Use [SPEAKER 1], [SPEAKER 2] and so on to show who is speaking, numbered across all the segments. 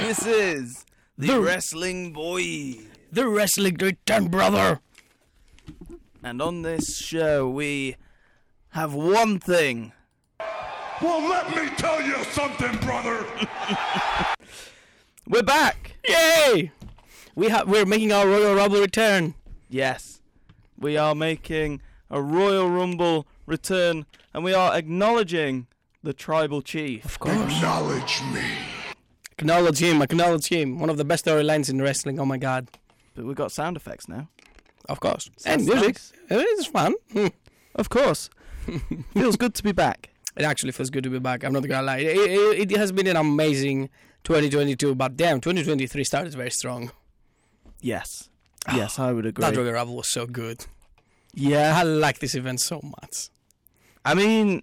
[SPEAKER 1] this is the,
[SPEAKER 2] The-
[SPEAKER 1] Wrestling Boy.
[SPEAKER 2] The wrestling return, brother.
[SPEAKER 1] And on this show, we have one thing.
[SPEAKER 3] Well, let me tell you something, brother.
[SPEAKER 1] We're back!
[SPEAKER 2] Yay! We have we're making our Royal Rumble return.
[SPEAKER 1] Yes, we are making a Royal Rumble return and we are acknowledging the Tribal Chief.
[SPEAKER 2] Of course.
[SPEAKER 3] Acknowledge me.
[SPEAKER 2] Acknowledge him. Acknowledge him. One of the best storylines in wrestling. Oh my god.
[SPEAKER 1] But we've got sound effects now.
[SPEAKER 2] Of course.
[SPEAKER 1] Sounds
[SPEAKER 2] and music.
[SPEAKER 1] nice.
[SPEAKER 2] It is fun. Hmm.
[SPEAKER 1] Of course. Feels good to be back.
[SPEAKER 2] It actually feels good to be back. I'm not gonna lie. It, it, it has been an amazing 2022, but damn, 2023 started very strong.
[SPEAKER 1] Yes. Yes, I would
[SPEAKER 2] That
[SPEAKER 1] agree.
[SPEAKER 2] Royal Rumble was so good.
[SPEAKER 1] Yeah.
[SPEAKER 2] I like this event so much.
[SPEAKER 1] I mean,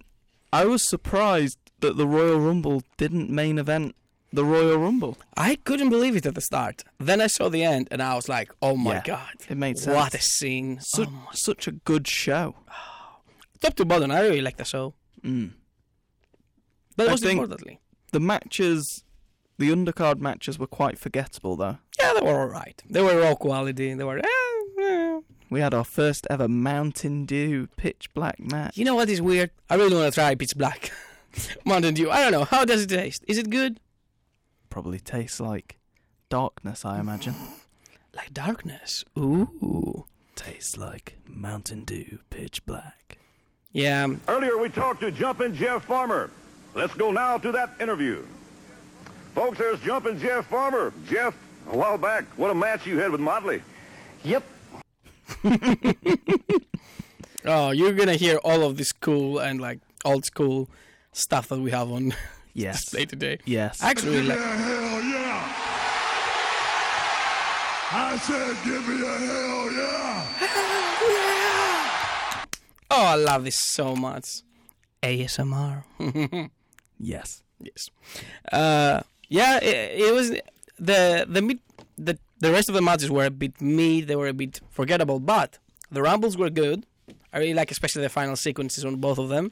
[SPEAKER 1] I was surprised that the Royal Rumble didn't main event the Royal Rumble.
[SPEAKER 2] I couldn't believe it at the start. Then I saw the end, and I was like, "Oh my
[SPEAKER 1] Yeah,
[SPEAKER 2] god,
[SPEAKER 1] it made
[SPEAKER 2] What
[SPEAKER 1] sense.
[SPEAKER 2] a scene!
[SPEAKER 1] Such,
[SPEAKER 2] Oh.
[SPEAKER 1] such a good show.
[SPEAKER 2] Top to bottom, I really like the show.
[SPEAKER 1] Mm.
[SPEAKER 2] But
[SPEAKER 1] I
[SPEAKER 2] most
[SPEAKER 1] think-
[SPEAKER 2] importantly,
[SPEAKER 1] The matches, the undercard matches, were quite forgettable though.
[SPEAKER 2] yeah, they were all right. They were raw quality. They were. eh, eh.
[SPEAKER 1] We had our first ever Mountain Dew pitch black match.
[SPEAKER 2] You know what is weird? I really want to try Pitch Black Mountain Dew. I don't know. How does it taste? Is it good?
[SPEAKER 1] Probably tastes like darkness, I imagine.
[SPEAKER 2] Like darkness. Ooh.
[SPEAKER 1] tastes like Mountain Dew pitch black.
[SPEAKER 2] Yeah.
[SPEAKER 4] Earlier, we talked to Jumpin' Jeff Farmer. Let's go now to that interview. Folks, there's Jumpin' Jeff Farmer. Jeff, a while back, what a match you had with Motley.
[SPEAKER 5] Yep.
[SPEAKER 2] Oh, you're gonna hear all of this cool and like old school stuff that we have on
[SPEAKER 1] Yes.
[SPEAKER 2] display today.
[SPEAKER 1] Yes.
[SPEAKER 2] I actually really like
[SPEAKER 3] Yeah, hell yeah. I said, give me a hell yeah.
[SPEAKER 2] Oh, I love this so much. ASMR.
[SPEAKER 1] yes.
[SPEAKER 2] yes. Uh, yeah, it, it was the the mid the the rest of the matches were a bit mid. They were a bit forgettable, but the rumbles were good. I really like, especially the final sequences on both of them,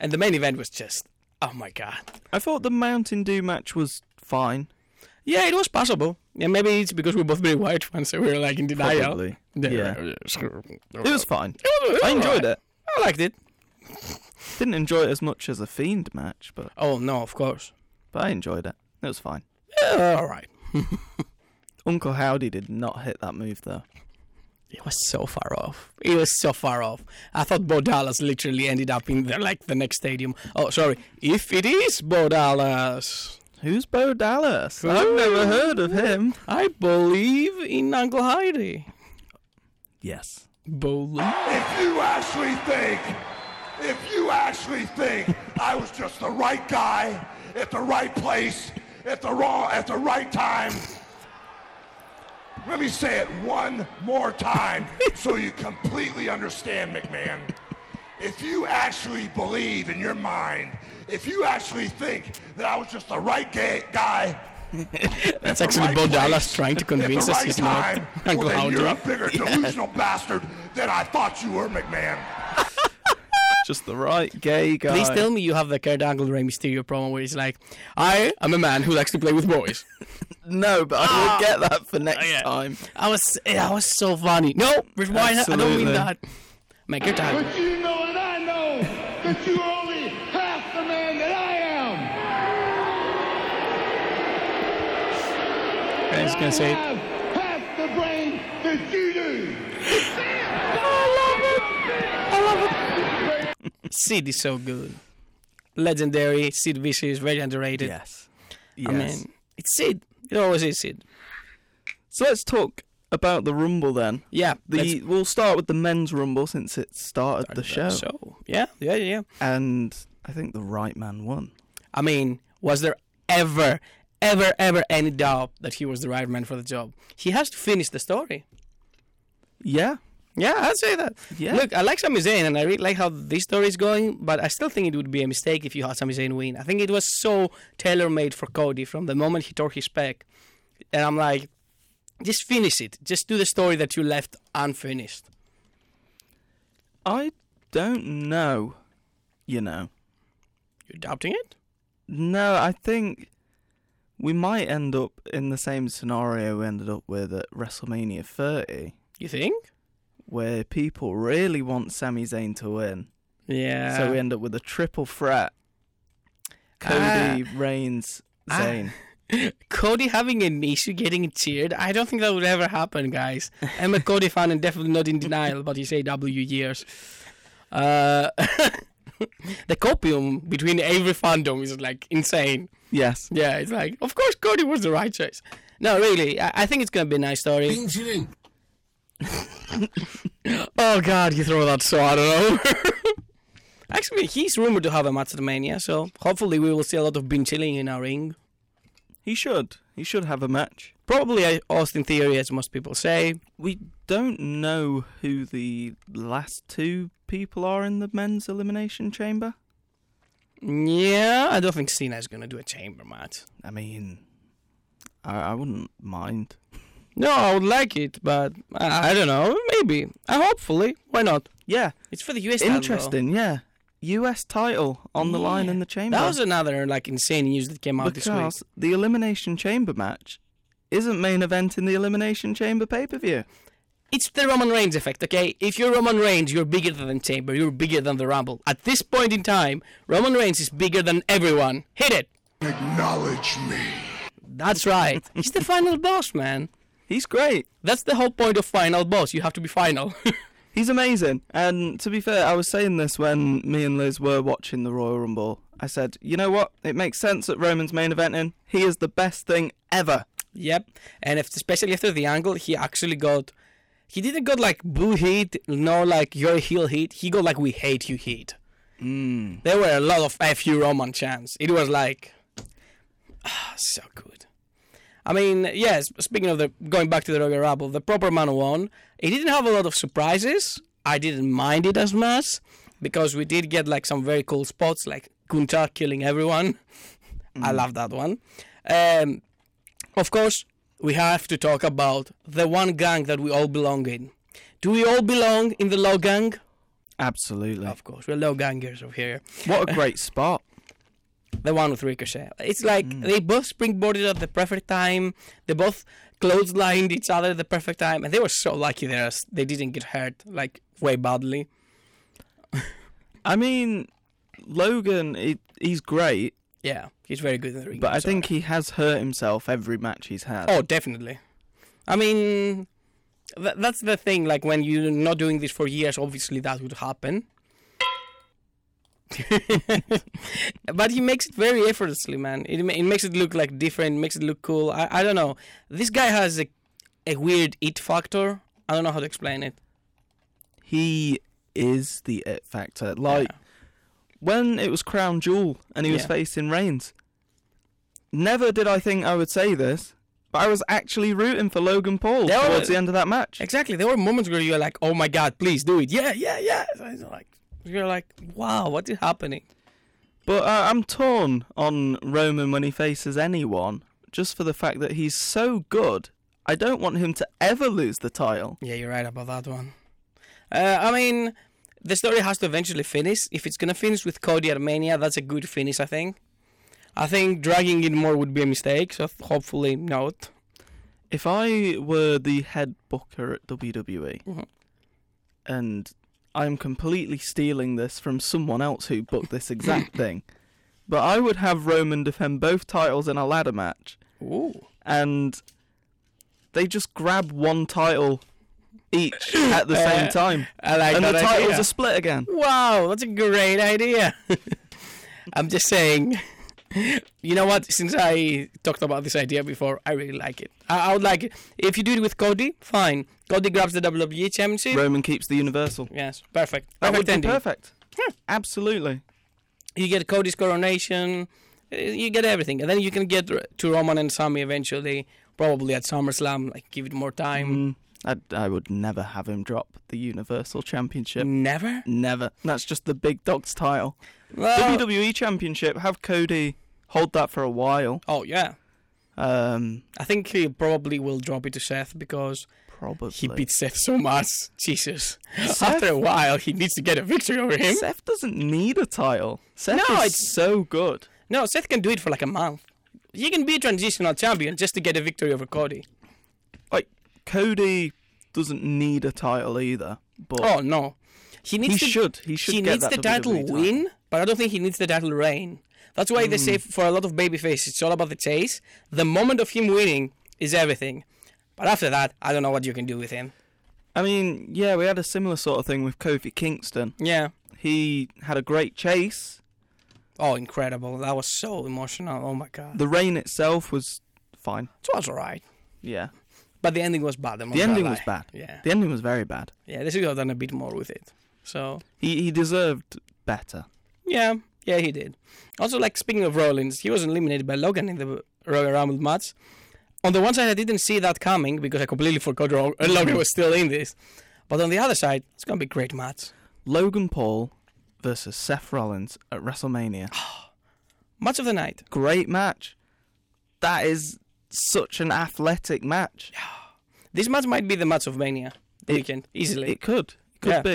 [SPEAKER 2] and the main event was just oh my god.
[SPEAKER 1] I thought the Mountain Dew match was fine.
[SPEAKER 2] Yeah, it was possible. Yeah, maybe it's because we're both very white fans, so we were like in denial.
[SPEAKER 1] Probably. Yeah.
[SPEAKER 2] It
[SPEAKER 1] It was fine.
[SPEAKER 2] was-
[SPEAKER 1] I enjoyed it.
[SPEAKER 2] I liked it.
[SPEAKER 1] Didn't enjoy it as much as a Fiend match, but
[SPEAKER 2] Oh no, of course.
[SPEAKER 1] but I enjoyed it. It was fine.
[SPEAKER 2] Uh, all right.
[SPEAKER 1] Uncle Howdy did not hit that move though.
[SPEAKER 2] It was so far off. It was so far off. I thought Bo Dallas literally ended up in the, like the next stadium. Oh, sorry. If it is Bo Dallas,
[SPEAKER 1] Who's Bo Dallas? I've never heard of him.
[SPEAKER 2] I believe in Uncle Heidi.
[SPEAKER 1] Yes.
[SPEAKER 2] Believe.
[SPEAKER 3] If you actually think, if you actually think I was just the right guy at the right place at the wrong at the right time. Let me say it one more time so you completely understand, McMahon. If you actually believe in your mind, if you actually think that I was just the right ga- guy,
[SPEAKER 2] That's actually Bo Dallas trying to convince
[SPEAKER 3] at
[SPEAKER 2] us
[SPEAKER 3] the right
[SPEAKER 2] he's
[SPEAKER 3] time,
[SPEAKER 2] not
[SPEAKER 3] well,
[SPEAKER 2] Uncle
[SPEAKER 3] then you're a
[SPEAKER 2] Howdy.
[SPEAKER 3] bigger delusional bastard than I thought you were, McMahon.
[SPEAKER 1] Just the right gay guy.
[SPEAKER 2] Please tell me you have the Kurt Angle Rey Mysterio promo where he's like, I am a man who likes to play with boys.
[SPEAKER 1] No, but I will get that for next
[SPEAKER 2] yeah.
[SPEAKER 1] time.
[SPEAKER 2] I was I was so funny. No, rewind. I don't
[SPEAKER 1] Absolutely.
[SPEAKER 2] mean that. Make your time.
[SPEAKER 6] But you know and I know that you're only half the man that I am.
[SPEAKER 2] I'm just gonna say it.
[SPEAKER 6] I have half the brain that you do.
[SPEAKER 2] Sid is so good. Legendary. Sid Vicious, very underrated.
[SPEAKER 1] Yes.
[SPEAKER 2] I mean, it's Sid. It always is Sid.
[SPEAKER 1] so let's talk about the Rumble then.
[SPEAKER 2] Yeah.
[SPEAKER 1] The we'll start with the men's Rumble since it started the show,
[SPEAKER 2] that's- So, yeah, yeah, yeah.
[SPEAKER 1] and I think the right man won.
[SPEAKER 2] I mean, was there ever, ever, ever any doubt that he was the right man for the job? He has to finish the story.
[SPEAKER 1] Yeah.
[SPEAKER 2] Yeah, I'd say that.
[SPEAKER 1] Yeah.
[SPEAKER 2] Look, I like Sami Zayn and I really like how this story is going, but I still think it would be a mistake if you had Sami Zayn win. I think it was so tailor made for Cody from the moment he tore his pec. And I'm like, just finish it. Just do the story that you left unfinished.
[SPEAKER 1] I don't know. You know.
[SPEAKER 2] You're doubting it?
[SPEAKER 1] No, I think we might end up in the same scenario we ended up with at WrestleMania 30,
[SPEAKER 2] You think?
[SPEAKER 1] where people really want Sami Zayn to win.
[SPEAKER 2] Yeah.
[SPEAKER 1] so we end up with a triple threat Cody, Reigns,
[SPEAKER 2] Ah.
[SPEAKER 1] Zayn.
[SPEAKER 2] Cody having an issue getting cheered. I don't think that would ever happen, guys. I'm a Cody fan and definitely not in denial about his AW years. Uh, the copium between every fandom is like insane.
[SPEAKER 1] Yes.
[SPEAKER 2] Yeah, it's like, of course, Cody was the right choice. No, really, I, I think it's gonna be a nice story. Oh God, you throw that so I don't know. Actually, he's rumored to have a match at Mania, so hopefully we will see a lot of bin chilling in our ring.
[SPEAKER 1] He should. He should have a match.
[SPEAKER 2] Probably uh, Austin Theory, as most people say.
[SPEAKER 1] We don't know who the last two people are in the men's elimination chamber.
[SPEAKER 2] Yeah, I don't think Cena's gonna do a chamber match.
[SPEAKER 1] I mean, I, I wouldn't mind.
[SPEAKER 2] No, I would like it, but I, I don't know. Maybe. Uh, hopefully. Why not?
[SPEAKER 1] Yeah,
[SPEAKER 2] It's for the US title, though.
[SPEAKER 1] interesting. Yeah, U.S. title on the line in the chamber.
[SPEAKER 2] That was another like insane news that came out
[SPEAKER 1] because
[SPEAKER 2] this week.
[SPEAKER 1] the elimination chamber match isn't main event in the elimination chamber pay per view.
[SPEAKER 2] It's the Roman Reigns effect, okay? If you're Roman Reigns, you're bigger than Chamber, you're bigger than the Rumble. At this point in time, Roman Reigns is bigger than everyone. Hit it!
[SPEAKER 3] Acknowledge me.
[SPEAKER 2] That's right. He's the final boss, man.
[SPEAKER 1] He's great.
[SPEAKER 2] That's the whole point of final boss. You have to be final.
[SPEAKER 1] He's amazing. And to be fair, I was saying this when me and Liz were watching the Royal Rumble. I said, you know what? It makes sense that Roman's main eventing. He is the best thing ever.
[SPEAKER 2] Yep, and if, especially after the angle, he actually got. He didn't got like boo heat, no like your heel heat. He got like we hate you heat. Mm. There were a lot of f you Roman chants. It was like, ah, so good. I mean, yes. Speaking of the going back to the Royal Rumble, the proper man won. It didn't have a lot of surprises. I didn't mind it as much because we did get like some very cool spots, like Gunther killing everyone. I love that one. Um, of course, we have to talk about the one gang that we all belong in. Do we all belong in the low gang?
[SPEAKER 1] Absolutely.
[SPEAKER 2] Of course, we're low gangers over here.
[SPEAKER 1] What a great spot.
[SPEAKER 2] The one with Ricochet. It's like
[SPEAKER 1] Hmm.
[SPEAKER 2] they both springboarded at the perfect time. They both clotheslined each other at the perfect time, and they were so lucky there. as They didn't get hurt like way badly.
[SPEAKER 1] I mean, Logan, he, he's great,
[SPEAKER 2] Yeah, he's very good in the ring.
[SPEAKER 1] but I
[SPEAKER 2] so-
[SPEAKER 1] think he has hurt himself every match he's had.
[SPEAKER 2] Oh, definitely. I mean, th- that's the thing. Like when you're not doing this for years, obviously that would happen. but he makes it very effortlessly, man. It, ma- it makes it look like different. Makes it look cool. I, I don't know. This guy has a a weird it factor. I don't know how to explain it.
[SPEAKER 1] He is the it factor. Like when it was Crown Jewel and he was
[SPEAKER 2] Yeah.
[SPEAKER 1] facing Reigns. Never did I think I would say this, but I was actually rooting for Logan Paul
[SPEAKER 2] There
[SPEAKER 1] towards
[SPEAKER 2] was-
[SPEAKER 1] the end of that match.
[SPEAKER 2] Exactly. There were moments where you're like, "Oh my god, please do it!" Yeah, yeah, yeah. So it's like you're like, "Wow, what is happening?"
[SPEAKER 1] But uh, I'm torn on Roman when he faces anyone, just for the fact that he's so good. I don't want him to ever lose the title.
[SPEAKER 2] Yeah, you're right about that one. Uh, I mean, the story has to eventually finish. If it's gonna finish with Cody Armenia, that's a good finish, I think. I think dragging it more would be a mistake, so hopefully not.
[SPEAKER 1] If I were the head booker at WWE,
[SPEAKER 2] Mm-hmm.
[SPEAKER 1] and I'm completely stealing this from someone else who booked this exact thing, but I would have Roman defend both titles in a ladder match,
[SPEAKER 2] Ooh.
[SPEAKER 1] and they just grab one title each at the same time,
[SPEAKER 2] Uh, I like
[SPEAKER 1] and the
[SPEAKER 2] that idea.
[SPEAKER 1] titles are split again.
[SPEAKER 2] Wow, that's a great idea. I'm just saying. You know what? Since I talked about this idea before, I really like it. I, I would like it. If you do it with Cody, fine. Cody grabs the WWE Championship.
[SPEAKER 1] Roman keeps the Universal.
[SPEAKER 2] Yes, perfect.
[SPEAKER 1] That would
[SPEAKER 2] Perfect
[SPEAKER 1] be
[SPEAKER 2] ending.
[SPEAKER 1] perfect. Absolutely.
[SPEAKER 2] you get Cody's coronation, uh, you get everything, and then you can get r- to Roman and Sami eventually, probably at SummerSlam. Like give it more time.
[SPEAKER 1] I, Mm, I would never have him drop the Universal Championship.
[SPEAKER 2] Never.
[SPEAKER 1] Never. That's just the big dog's title.
[SPEAKER 2] Well-
[SPEAKER 1] WWE Championship, have Cody hold that for a while.
[SPEAKER 2] Oh yeah,
[SPEAKER 1] Um,
[SPEAKER 2] I think he probably will drop it to Seth because
[SPEAKER 1] probably.
[SPEAKER 2] he beats Seth so much. Jesus. After a while, he needs to get a victory over him.
[SPEAKER 1] Seth doesn't need a title. Seth
[SPEAKER 2] No,
[SPEAKER 1] is
[SPEAKER 2] it's-
[SPEAKER 1] so good.
[SPEAKER 2] No, Seth can do it for like a month. He can be a transitional champion just to get a victory over Cody.
[SPEAKER 1] Like Cody doesn't need a title either, but
[SPEAKER 2] Oh no, he needs.
[SPEAKER 1] He
[SPEAKER 2] to,
[SPEAKER 1] should. He should
[SPEAKER 2] He
[SPEAKER 1] get
[SPEAKER 2] needs
[SPEAKER 1] that
[SPEAKER 2] the title
[SPEAKER 1] WWE title.
[SPEAKER 2] win, but I don't think he needs the title reign. That's why they
[SPEAKER 1] Hmm.
[SPEAKER 2] say for a lot of babyface, it's all about the chase. The moment of him winning is everything. But after that, I don't know what you can do with him.
[SPEAKER 1] I mean, yeah, we had a similar sort of thing with Kofi Kingston.
[SPEAKER 2] Yeah.
[SPEAKER 1] He had a great chase.
[SPEAKER 2] Oh, incredible! That was so emotional. Oh my god,
[SPEAKER 1] The reign itself was fine.
[SPEAKER 2] it was alright,
[SPEAKER 1] Yeah.
[SPEAKER 2] but the ending was bad. I'm not
[SPEAKER 1] The
[SPEAKER 2] gonna
[SPEAKER 1] ending
[SPEAKER 2] lie.
[SPEAKER 1] was bad.
[SPEAKER 2] Yeah,
[SPEAKER 1] The ending was very bad.
[SPEAKER 2] yeah, they should have done a bit more with it. So
[SPEAKER 1] He he deserved better.
[SPEAKER 2] Yeah, yeah, he did. Also, like speaking of Rollins, he was eliminated by Logan in the Royal Rumble match. On the one side, I didn't see that coming because I completely forgot Ro- uh, Logan was still in this. But on the other side, it's gonna be a great match.
[SPEAKER 1] Logan Paul versus Seth Rollins at WrestleMania.
[SPEAKER 2] Match of the night.
[SPEAKER 1] Great match. That is such an athletic match.
[SPEAKER 2] This match might be the match of Mania the weekend easily.
[SPEAKER 1] It could. It could
[SPEAKER 2] Yeah.
[SPEAKER 1] be.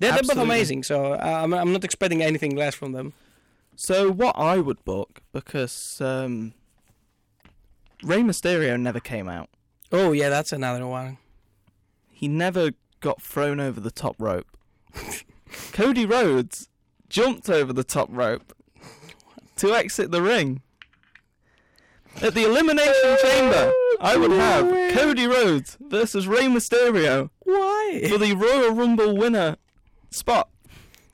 [SPEAKER 2] they're, they're both
[SPEAKER 1] absolutely.
[SPEAKER 2] amazing, so uh, I'm, I'm not expecting anything less from them.
[SPEAKER 1] So what I would book because um Rey Mysterio never came out.
[SPEAKER 2] Oh yeah, that's another one.
[SPEAKER 1] He never got thrown over the top rope. Cody Rhodes jumped over the top rope to exit the ring. At the Elimination Chamber, I would have Cody Rhodes versus Rey Mysterio
[SPEAKER 2] Why?
[SPEAKER 1] for the Royal Rumble winner spot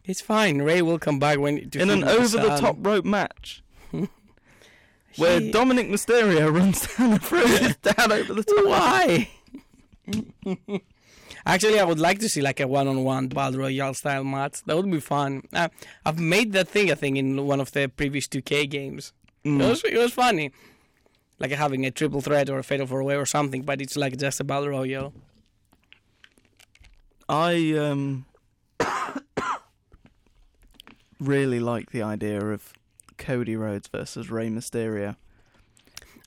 [SPEAKER 2] It's fine. Ray will come back when to
[SPEAKER 1] in an
[SPEAKER 2] shoot the
[SPEAKER 1] over the
[SPEAKER 2] sun.
[SPEAKER 1] top rope match. Where
[SPEAKER 2] He-
[SPEAKER 1] Dominic Mysterio runs down and throws his dad over the top.
[SPEAKER 2] Why? Actually, I would like to see like a one-on-one battle royale style match. That would be fun. Uh, I've made that thing I think in one of the previous 2K games. It was it was funny, like having a triple threat or a fatal four-way or something. But it's like just a battle royale.
[SPEAKER 1] I um really like the idea of Cody Rhodes versus Rey Mysterio.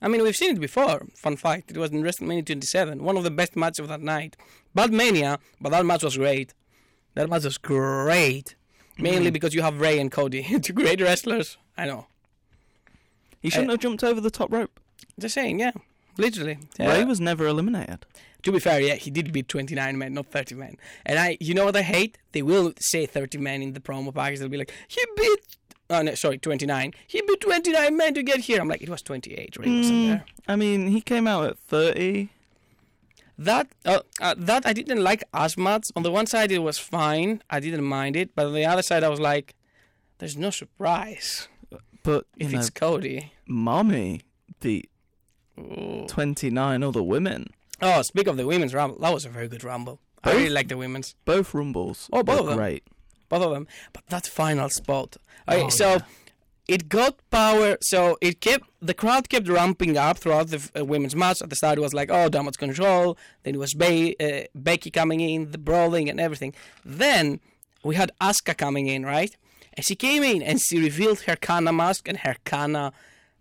[SPEAKER 2] I mean, we've seen it before. Fun fact: it was in WrestleMania 27, one of the best matches of that night. Bad Mania, but that match was great. That match was great, mainly because you have Ray and Cody, two great wrestlers. I know.
[SPEAKER 1] He
[SPEAKER 2] Eh.
[SPEAKER 1] shouldn't have jumped over the top rope.
[SPEAKER 2] Just saying, yeah. Literally.
[SPEAKER 1] Rey
[SPEAKER 2] Yeah.
[SPEAKER 1] was never eliminated.
[SPEAKER 2] to be fair, yeah, he did beat 29 men, not 30 men. And I, you know what I hate? They will say 30 men in the promo package. They'll be like, he beat, oh no, sorry, 29. He beat 29 men to get here. I'm like, it was 28, right? wasn't there.
[SPEAKER 1] I mean, he came out at 30.
[SPEAKER 2] That, uh, uh, that I didn't like as much. On the one side, it was fine. I didn't mind it. But on the other side, I was like, there's no surprise
[SPEAKER 1] But you
[SPEAKER 2] if
[SPEAKER 1] know,
[SPEAKER 2] it's Cody.
[SPEAKER 1] mommy beat 29 other women.
[SPEAKER 2] Oh, speak of the women's rumble, that was a very good rumble. I really like the women's.
[SPEAKER 1] Both rumbles.
[SPEAKER 2] Oh, both
[SPEAKER 1] were
[SPEAKER 2] of them.
[SPEAKER 1] great.
[SPEAKER 2] both of them. But that final spot. Okay, so it got power. So it kept the crowd kept ramping up throughout the uh, women's match. At the start, it was like oh damage control. Then it was Be- uh, Becky coming in, the brawling and everything. Then we had Asuka coming in, right? And she came in and she revealed her Kana mask and her Kana,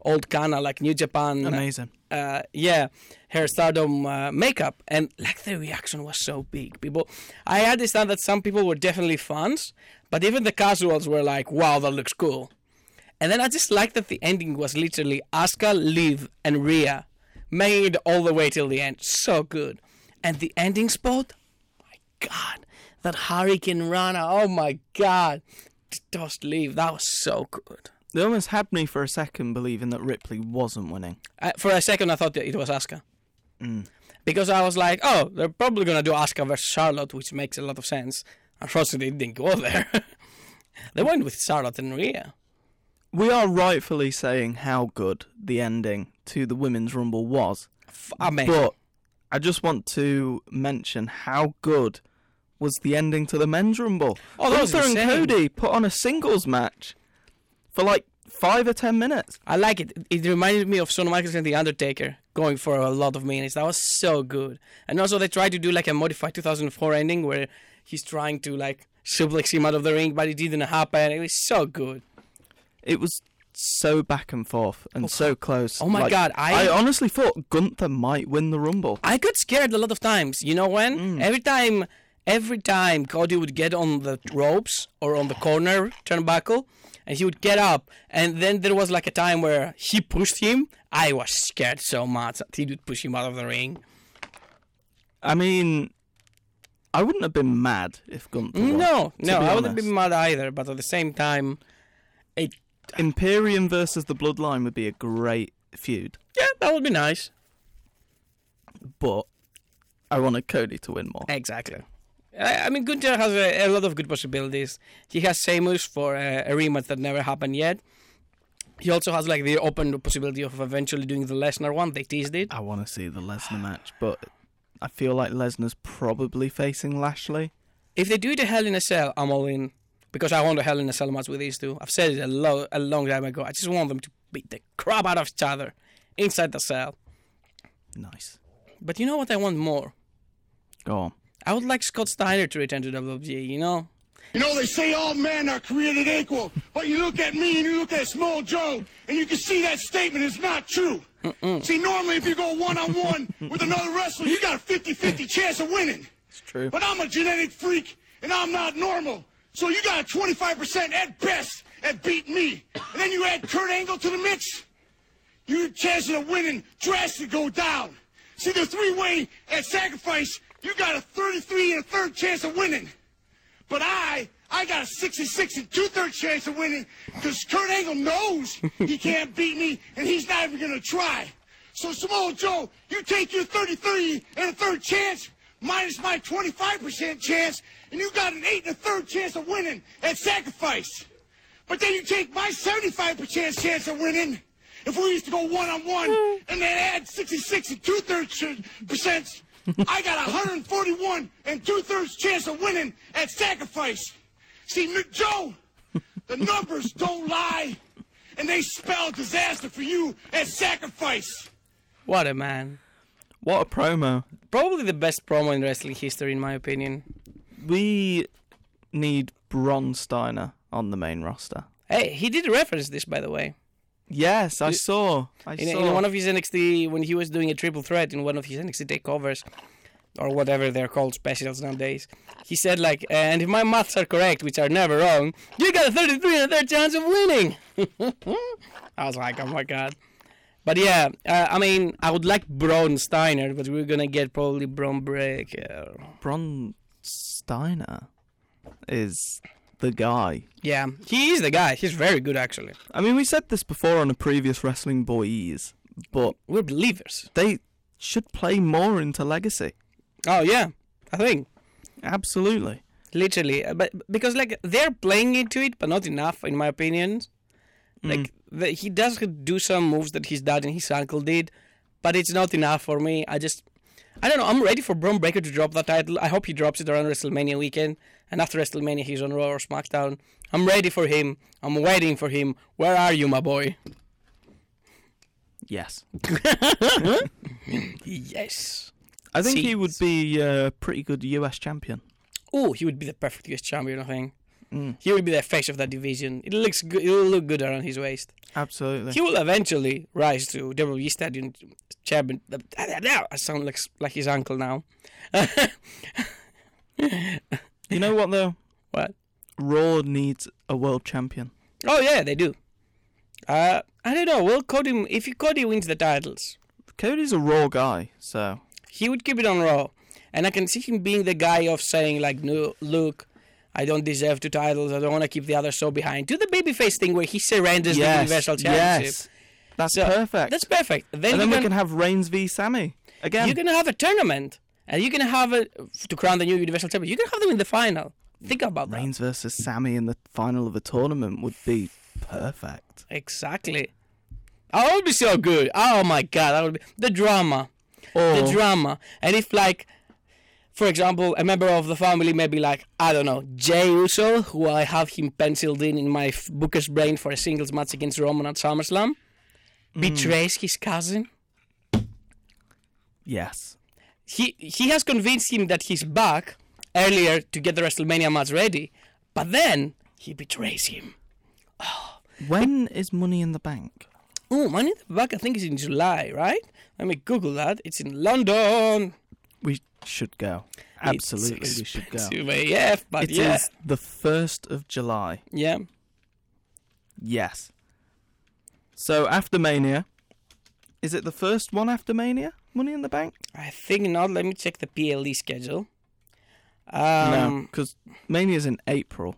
[SPEAKER 2] old Kana like New Japan. uh,
[SPEAKER 1] Amazing.
[SPEAKER 2] uh, yeah, her stardom uh, makeup, and like the reaction was so big. People, I understand that some people were definitely fans, but even the casuals were like, "Wow, that looks cool." And then I just like that the ending was literally Asuka, Liv, and Rhea, making it all the way till the end. So good, and the ending spot, my God, that Hurricane Rana, oh my God, just leave. That was so good.
[SPEAKER 1] They almost had me for a second believing that Ripley wasn't winning.
[SPEAKER 2] I, for a second, I thought that it was Asuka. Because I was like, oh, they're probably going to do Asuka versus Charlotte, which makes a lot of sense. Unfortunately, it didn't go there. they went with Charlotte and Rhea.
[SPEAKER 1] We are rightfully saying how good the ending to the Women's Rumble was.
[SPEAKER 2] F- Amazing.
[SPEAKER 1] But I just want to mention how good was the ending to the men's rumble.
[SPEAKER 2] Oh, that was
[SPEAKER 1] Gunther and
[SPEAKER 2] insane.
[SPEAKER 1] Cody put on a singles match for like five or ten minutes.
[SPEAKER 2] I like it. It reminded me of Shawn Michaels and The Undertaker going for a lot of minutes. That was so good. And also, they tried to do like a modified 2004 ending where he's trying to like suplex him out of the ring, but it didn't happen. It was so good.
[SPEAKER 1] It was so back and forth and so close.
[SPEAKER 2] Oh my
[SPEAKER 1] Like,
[SPEAKER 2] God, I-
[SPEAKER 1] honestly thought Gunther might win the rumble.
[SPEAKER 2] I got scared a lot of times. You know when?
[SPEAKER 1] Mm.
[SPEAKER 2] Every time, every time Cody would get on the ropes or on the corner turnbuckle, and he would get up. And then there was like a time where he pushed him. I was scared so much that he would push him out of the ring.
[SPEAKER 1] I mean, I wouldn't have been mad if Gunther. won,
[SPEAKER 2] No,
[SPEAKER 1] to
[SPEAKER 2] no,
[SPEAKER 1] be
[SPEAKER 2] I wouldn't be
[SPEAKER 1] honest.
[SPEAKER 2] mad either. But at the same time, it
[SPEAKER 1] Imperium versus the Bloodline would be a great feud,
[SPEAKER 2] yeah, that would be nice.
[SPEAKER 1] but I wanted Cody to win more.
[SPEAKER 2] Exactly. I, I mean, Gunther has a, a lot of good possibilities. He has Sheamus for a, a rematch that never happened yet. He also has like the open possibility of eventually doing the Lesnar one. They teased it.
[SPEAKER 1] I want to see the Lesnar match, but I feel like Lesnar's probably facing Lashley.
[SPEAKER 2] If they do it a Hell in a Cell, I'm all in because I want a Hell in a Cell match with these two. I've said it a, lo- a long time ago. I just want them to beat the crap out of each other inside the cell.
[SPEAKER 1] Nice.
[SPEAKER 2] But you know what? I want more.
[SPEAKER 1] Go on.
[SPEAKER 2] I would like Scott Steiner to return to WWE. You know,
[SPEAKER 6] You know, they say all men are created equal, but you look at me and you look at Small Joe, and you can see that statement is not true. See, normally if you go one on one with another wrestler, you got a 50 50 chance of winning. It's
[SPEAKER 1] true.
[SPEAKER 6] But I'm a genetic freak, and I'm not normal. So you got a 25% at best at beating me. And then you add Kurt Angle to the mix, your chances of winning drastically go down. See, the three way at sacrifice, you got a 33 and a third chance of winning. But I, I got a 66 and two-thirds chance of winning because Kurt Angle knows he can't beat me, and he's not even going to try. So, Samoa Joe, you take your 33 and a third chance minus my 25% chance, and you got an eight and a third chance of winning at sacrifice. But then you take my 75% chance of winning if we used to go one-on-one and then add 66 and two-thirds percent. I got 141 and two-thirds chance of winning at sacrifice. See, Mick Joe, the numbers don't lie, and they spell disaster for you at sacrifice.
[SPEAKER 2] what a man.
[SPEAKER 1] What a promo.
[SPEAKER 2] Probably the best promo in wrestling history, in my opinion.
[SPEAKER 1] We need Bron Steiner on the main roster.
[SPEAKER 2] Hey, he did reference this, by the way.
[SPEAKER 1] Yes, I saw. I
[SPEAKER 2] In,
[SPEAKER 1] saw.
[SPEAKER 2] in one of his NXT, when he was doing a triple threat in one of his NXT takeovers, or whatever they're called specials nowadays, he said like, "Uh, and if my maths are correct, which are never wrong, you got a 33 and a third chance of winning. I was like, oh my god. But yeah, uh, I mean, I would like Braun Steiner, but we're gonna get probably Braun Breaker.
[SPEAKER 1] Bron Steiner is the guy.
[SPEAKER 2] Yeah, he is the guy. He's very good, actually.
[SPEAKER 1] I mean, we said this before on a previous Wrestling Boys, but
[SPEAKER 2] We're believers.
[SPEAKER 1] they should play more into Legacy.
[SPEAKER 2] Oh yeah, I think.
[SPEAKER 1] Absolutely.
[SPEAKER 2] literally Uh, but because like they're playing into it but not enough in my opinion like the, he does do some moves that his dad and his uncle did but it's not enough for me i just i don't know i'm ready for Braun Breaker to drop that title i hope he drops it around wrestlemania weekend and after wrestlemania he's on raw or smackdown i'm ready for him i'm waiting for him where are you my boy
[SPEAKER 1] Yes.
[SPEAKER 2] yes
[SPEAKER 1] I think he
[SPEAKER 2] Seeds.
[SPEAKER 1] would be a pretty good US champion.
[SPEAKER 2] oh he would be the perfect us champion i think he would be the face of that division it looks good it will look good around his waist
[SPEAKER 1] Absolutely.
[SPEAKER 2] he will eventually rise to WWE Stadium champion. I sound like like his uncle now.
[SPEAKER 1] You know what, though?
[SPEAKER 2] What?
[SPEAKER 1] Raw needs a world champion.
[SPEAKER 2] Oh yeah, they do. Uh, I don't know. Well, Cody, if Cody wins the titles,
[SPEAKER 1] Cody's a Raw guy, so.
[SPEAKER 2] he would keep it on Raw, and I can see him being the guy of saying like, "No, look." I don't deserve two titles. I don't want to keep the other so behind. Do the babyface thing where he surrenders the Universal Championship.
[SPEAKER 1] yes. That's
[SPEAKER 2] So,
[SPEAKER 1] perfect.
[SPEAKER 2] That's perfect. Then,
[SPEAKER 1] and then
[SPEAKER 2] you
[SPEAKER 1] we
[SPEAKER 2] can
[SPEAKER 1] can have Reigns v. Sammy again.
[SPEAKER 2] you're gonna have a tournament, and you're gonna have a to crown the new Universal Champion. You're gonna have them in the final. Think about that.
[SPEAKER 1] Reigns versus Sammy in the final of a tournament would be perfect.
[SPEAKER 2] Exactly. Oh, That would be so good. Oh my god, that would be the drama,
[SPEAKER 1] Or
[SPEAKER 2] the drama. And if like, for example, a member of the family, maybe like I don't know, Jay Uso, who I have him penciled in in my f- Booker's brain for a singles match against Roman at SummerSlam, betrays his cousin.
[SPEAKER 1] yes,
[SPEAKER 2] he he has convinced him that he's back earlier to get the WrestleMania match ready, but then he betrays him.
[SPEAKER 1] when is Money in the Bank?
[SPEAKER 2] Oh, Money in the Bank, I think is in July, right? Let me Google that. It's in London.
[SPEAKER 1] We should go. Absolutely, we should go.
[SPEAKER 2] It's expensive AF, but
[SPEAKER 1] It is
[SPEAKER 2] yeah,
[SPEAKER 1] the first of July.
[SPEAKER 2] yeah.
[SPEAKER 1] Yes. So after Mania, is it the first one after Mania? Money in the Bank?
[SPEAKER 2] I think not. Let me check the PLE schedule.
[SPEAKER 1] no,
[SPEAKER 2] Um,
[SPEAKER 1] because Mania's in April.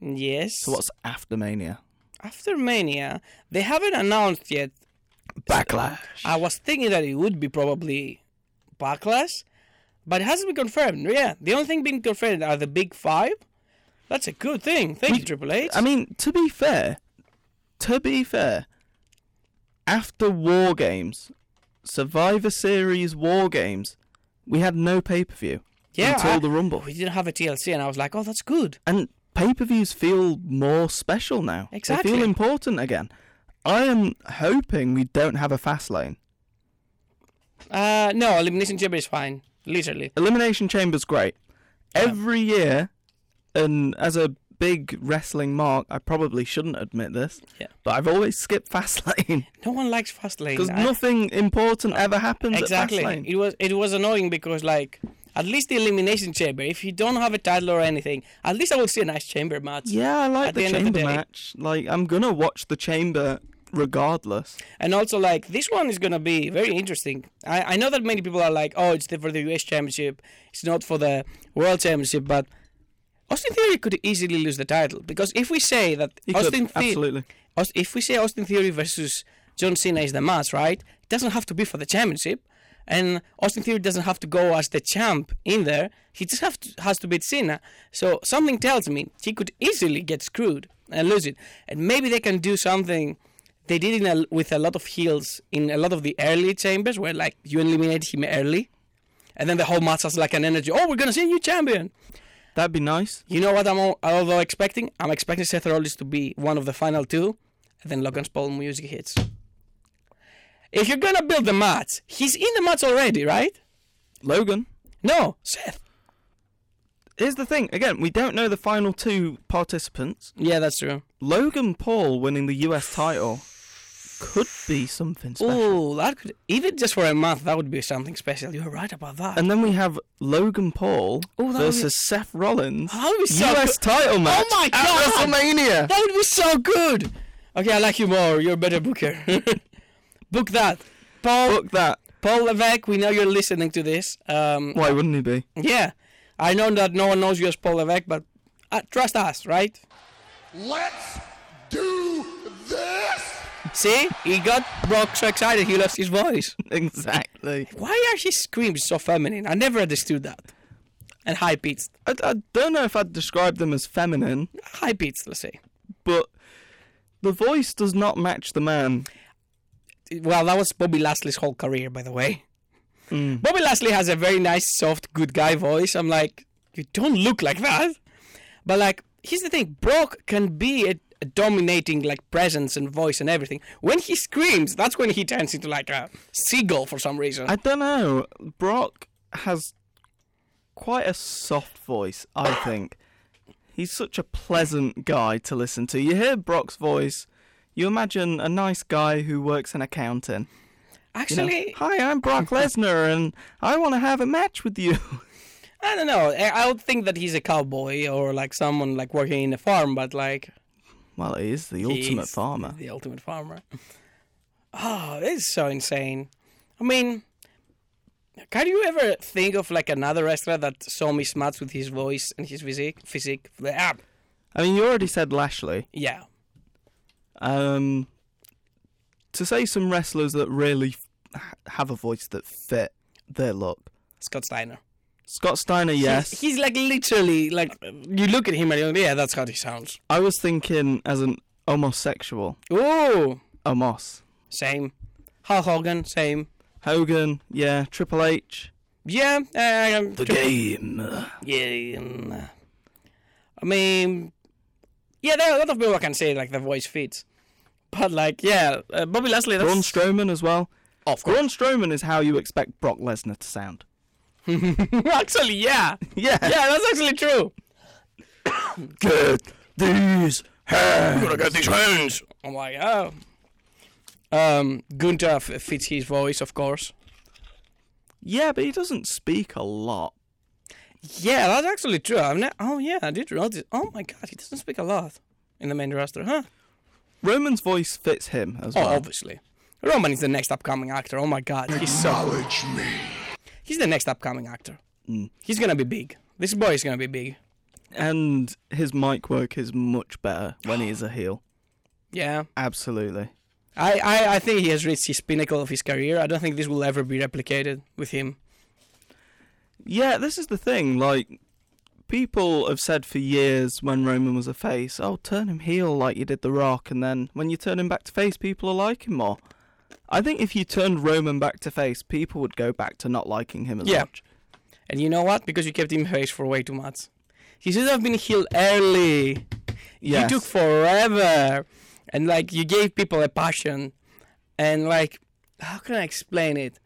[SPEAKER 2] Yes.
[SPEAKER 1] So what's after Mania?
[SPEAKER 2] After Mania, they haven't announced yet.
[SPEAKER 1] Backlash.
[SPEAKER 2] I was thinking that it would be probably Backlash, but it hasn't been confirmed. Yeah, the only thing being confirmed are the big five. That's a good thing. Thank you, Triple H.
[SPEAKER 1] I mean, to be fair, to be fair, after War Games, Survivor Series War Games, we had no pay per view
[SPEAKER 2] yeah,
[SPEAKER 1] until
[SPEAKER 2] I-
[SPEAKER 1] the Rumble,
[SPEAKER 2] We didn't have a TLC, and I was like, oh, that's good.
[SPEAKER 1] and pay per views feel more special now. they
[SPEAKER 2] Exactly.
[SPEAKER 1] feel important again. I am hoping we don't have a fast lane.
[SPEAKER 2] Uh, no, Elimination Chamber is fine. Literally.
[SPEAKER 1] Elimination Chamber's great. Every year, and as a big wrestling mark, I probably shouldn't admit this,
[SPEAKER 2] Yeah.
[SPEAKER 1] but I've always skipped Fastlane
[SPEAKER 2] No one likes Fastlane.
[SPEAKER 1] because
[SPEAKER 2] I-
[SPEAKER 1] nothing important ever happens
[SPEAKER 2] Exactly.
[SPEAKER 1] at Fastlane.
[SPEAKER 2] It was it was annoying because like at least the elimination chamber, if you don't have a title or anything, at least I will see a nice chamber match.
[SPEAKER 1] yeah, I like
[SPEAKER 2] At
[SPEAKER 1] the,
[SPEAKER 2] the end of the
[SPEAKER 1] Chamber
[SPEAKER 2] day.
[SPEAKER 1] match. Like, I'm gonna watch the Chamber regardless.
[SPEAKER 2] And also like this one is gonna be very interesting. I, I know that many people are like, oh, it's the- for the US Championship, it's not for the World Championship, but Austin Theory could easily lose the title because if we say that
[SPEAKER 1] He could,
[SPEAKER 2] Austin Theory,
[SPEAKER 1] absolutely.
[SPEAKER 2] Aust- if we say Austin Theory versus John Cena is the match, right? It doesn't have to be for the championship, and Austin Theory doesn't have to go as the champ in there. He just have to, has to beat Cena. So something tells me he could easily get screwed and lose it. And maybe they can do something they did in a, with a lot of heels in a lot of the early chambers, where like you eliminate him early, and then the whole match has like an energy. Oh, we're gonna see a new champion.
[SPEAKER 1] That'd be nice.
[SPEAKER 2] You know what I'm al- although expecting? I'm expecting Seth Rollins to be one of the final two, and then Logan Paul music hits. If you're gonna build the match, he's in the match already, right?
[SPEAKER 1] Logan.
[SPEAKER 2] No, Seth.
[SPEAKER 1] Here's the thing. Again, we don't know the final two participants.
[SPEAKER 2] Yeah, that's true.
[SPEAKER 1] Logan Paul winning the U.S. title could be something special.
[SPEAKER 2] Ooh, that could even just for a month that would be something special. You're right about that.
[SPEAKER 1] And then we have Logan Paul
[SPEAKER 2] Ooh, that would
[SPEAKER 1] versus Seth Rollins.
[SPEAKER 2] That would be so
[SPEAKER 1] US
[SPEAKER 2] good. Oh
[SPEAKER 1] title match.
[SPEAKER 2] my
[SPEAKER 1] at
[SPEAKER 2] God.
[SPEAKER 1] WrestleMania.
[SPEAKER 2] that would be so good. Okay, I like you more. You're a better booker. Book that, Paul.
[SPEAKER 1] Book that.
[SPEAKER 2] Paul Levesque. We know you're listening to this. Um,
[SPEAKER 1] Why wouldn't he be?
[SPEAKER 2] yeah, I know that no one knows you as Paul Levesque, but uh, trust us, right?
[SPEAKER 3] Let's do this!
[SPEAKER 2] See, he got Brock so excited he lost his voice.
[SPEAKER 1] Exactly.
[SPEAKER 2] Why are his screams so feminine? I never understood that. And high pitched,
[SPEAKER 1] I, I don't know if I'd describe them as feminine,
[SPEAKER 2] high pitched, let's say.
[SPEAKER 1] but the voice does not match the man.
[SPEAKER 2] Well, that was Bobby Lashley's whole career, by the way.
[SPEAKER 1] Hmm.
[SPEAKER 2] Bobby Lashley has a very nice, soft, good guy voice. I'm like, you don't look like that. But like, here's the thing: Brock can be a, a dominating like presence and voice and everything. When he screams, that's when he turns into like a seagull for some reason.
[SPEAKER 1] I don't know. Brock has quite a soft voice, I think. He's such a pleasant guy to listen to. You hear Brock's voice, you imagine a nice guy who works in accounting. you know,
[SPEAKER 2] Actually,
[SPEAKER 1] Hi, I'm Brock Lesnar, and I want to have a match with you.
[SPEAKER 2] I don't know. I I would think that he's a cowboy or like someone like working in a farm, but like
[SPEAKER 1] Well, he is the ultimate
[SPEAKER 2] he's
[SPEAKER 1] farmer.
[SPEAKER 2] the ultimate farmer. Oh, this is so insane. I mean, can you ever think of like another wrestler that so mismatched with his voice and his physique? Physique? Ah,
[SPEAKER 1] I mean, you already said Lashley.
[SPEAKER 2] yeah.
[SPEAKER 1] Um, to say some wrestlers that really f- have a voice that fit their look.
[SPEAKER 2] Scott Steiner.
[SPEAKER 1] Scott Steiner, yes.
[SPEAKER 2] He's like literally like you look at him and you're like, yeah, that's how he sounds.
[SPEAKER 1] I was thinking as an homosexual.
[SPEAKER 2] Ooh,
[SPEAKER 1] Omos.
[SPEAKER 2] same. Hulk Hogan, same.
[SPEAKER 1] Hogan, yeah. Triple H.
[SPEAKER 2] Yeah, um, the
[SPEAKER 1] Game.
[SPEAKER 2] Yeah, and, uh, I mean, yeah, there are a lot of people that can say like the voice fits, but like, yeah, uh, Bobby Leslie, that's
[SPEAKER 1] Braun Strowman as well.
[SPEAKER 2] of
[SPEAKER 1] Braun Strowman is how you expect Brock Lesnar to sound.
[SPEAKER 2] actually, yeah,
[SPEAKER 1] Yeah.
[SPEAKER 2] yeah, that's actually true.
[SPEAKER 1] Get these hands.
[SPEAKER 2] I got these hands. I'm like, oh, um, Gunther f- fits his voice, of course.
[SPEAKER 1] Yeah, but he doesn't speak a lot.
[SPEAKER 2] Yeah, that's actually true. I've ne- oh yeah, I did notice. Oh my god, he doesn't speak a lot. in the main roster, huh?
[SPEAKER 1] Roman's voice fits him as
[SPEAKER 2] Oh,
[SPEAKER 1] well.
[SPEAKER 2] obviously. Roman is the next upcoming actor. Oh my God, he's so
[SPEAKER 3] Acknowledge me.
[SPEAKER 2] he's the next upcoming actor. He's gonna be big. This boy is gonna be big.
[SPEAKER 1] And his mic work is much better when he is a heel.
[SPEAKER 2] Yeah,
[SPEAKER 1] Absolutely.
[SPEAKER 2] I, I, I think he has reached his pinnacle of his career. I don't think this will ever be replicated with him.
[SPEAKER 1] Yeah, this is the thing. Like, people have said for years when Roman was a face, oh, turn him heel like you did The Rock. And then when you turn him back to face, people are liking more. I think if you turned Roman back to face, people would go back to not liking him as
[SPEAKER 2] Yeah.
[SPEAKER 1] much.
[SPEAKER 2] And you know what? Because you kept him face for way too much. He should have been healed early.
[SPEAKER 1] Yes.
[SPEAKER 2] He took forever. And like you gave people a passion. And like how can I explain it?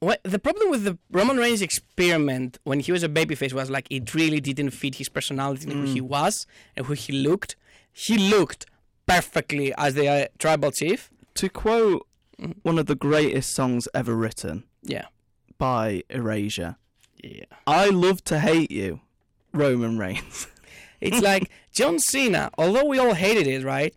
[SPEAKER 2] What the problem with the Roman Reigns experiment when he was a babyface was like it really didn't fit his personality and who he was and who he looked. He looked perfectly as the uh, tribal chief.
[SPEAKER 1] To quote
[SPEAKER 2] Mm-hmm.
[SPEAKER 1] one of the greatest songs ever written
[SPEAKER 2] Yeah.
[SPEAKER 1] by Erasure,
[SPEAKER 2] Yeah.
[SPEAKER 1] I love to hate you, Roman Reigns.
[SPEAKER 2] It's like John Cena, although we all hated it, right?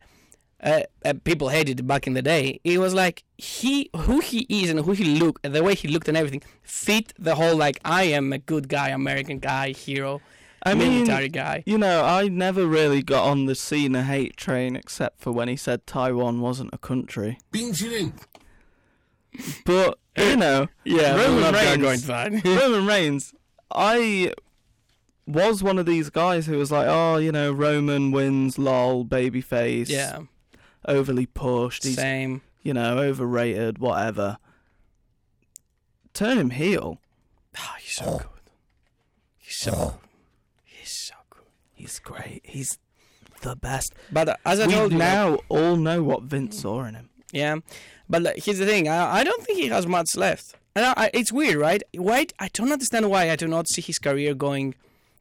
[SPEAKER 2] Uh, uh, people hated it back in the day. It was like he, who he is, and who he looked, and the way he looked, and everything fit the whole like I am a good guy, American guy, hero,
[SPEAKER 1] I mean,
[SPEAKER 2] military guy.
[SPEAKER 1] you know, I never really got on the Cena hate train except for when he said Taiwan wasn't a country. But you
[SPEAKER 2] Eh,
[SPEAKER 1] know, yeah, Roman Reigns. Roman Reigns. I was one of these guys who was like, oh, you know, Roman wins, lol, babyface,
[SPEAKER 2] Yeah,
[SPEAKER 1] overly pushed, he's
[SPEAKER 2] same.
[SPEAKER 1] you know, overrated, whatever. Turn him heel.
[SPEAKER 2] Oh, he's so good. He's so good. He's so good.
[SPEAKER 1] He's great. He's the best.
[SPEAKER 2] But uh, as I
[SPEAKER 1] We
[SPEAKER 2] told you, like,
[SPEAKER 1] now all know what Vince saw in him.
[SPEAKER 2] Yeah, but like, here's the thing: I, I don't think he has much left. And I, I, it's weird, right? Why I don't understand why I do not see his career going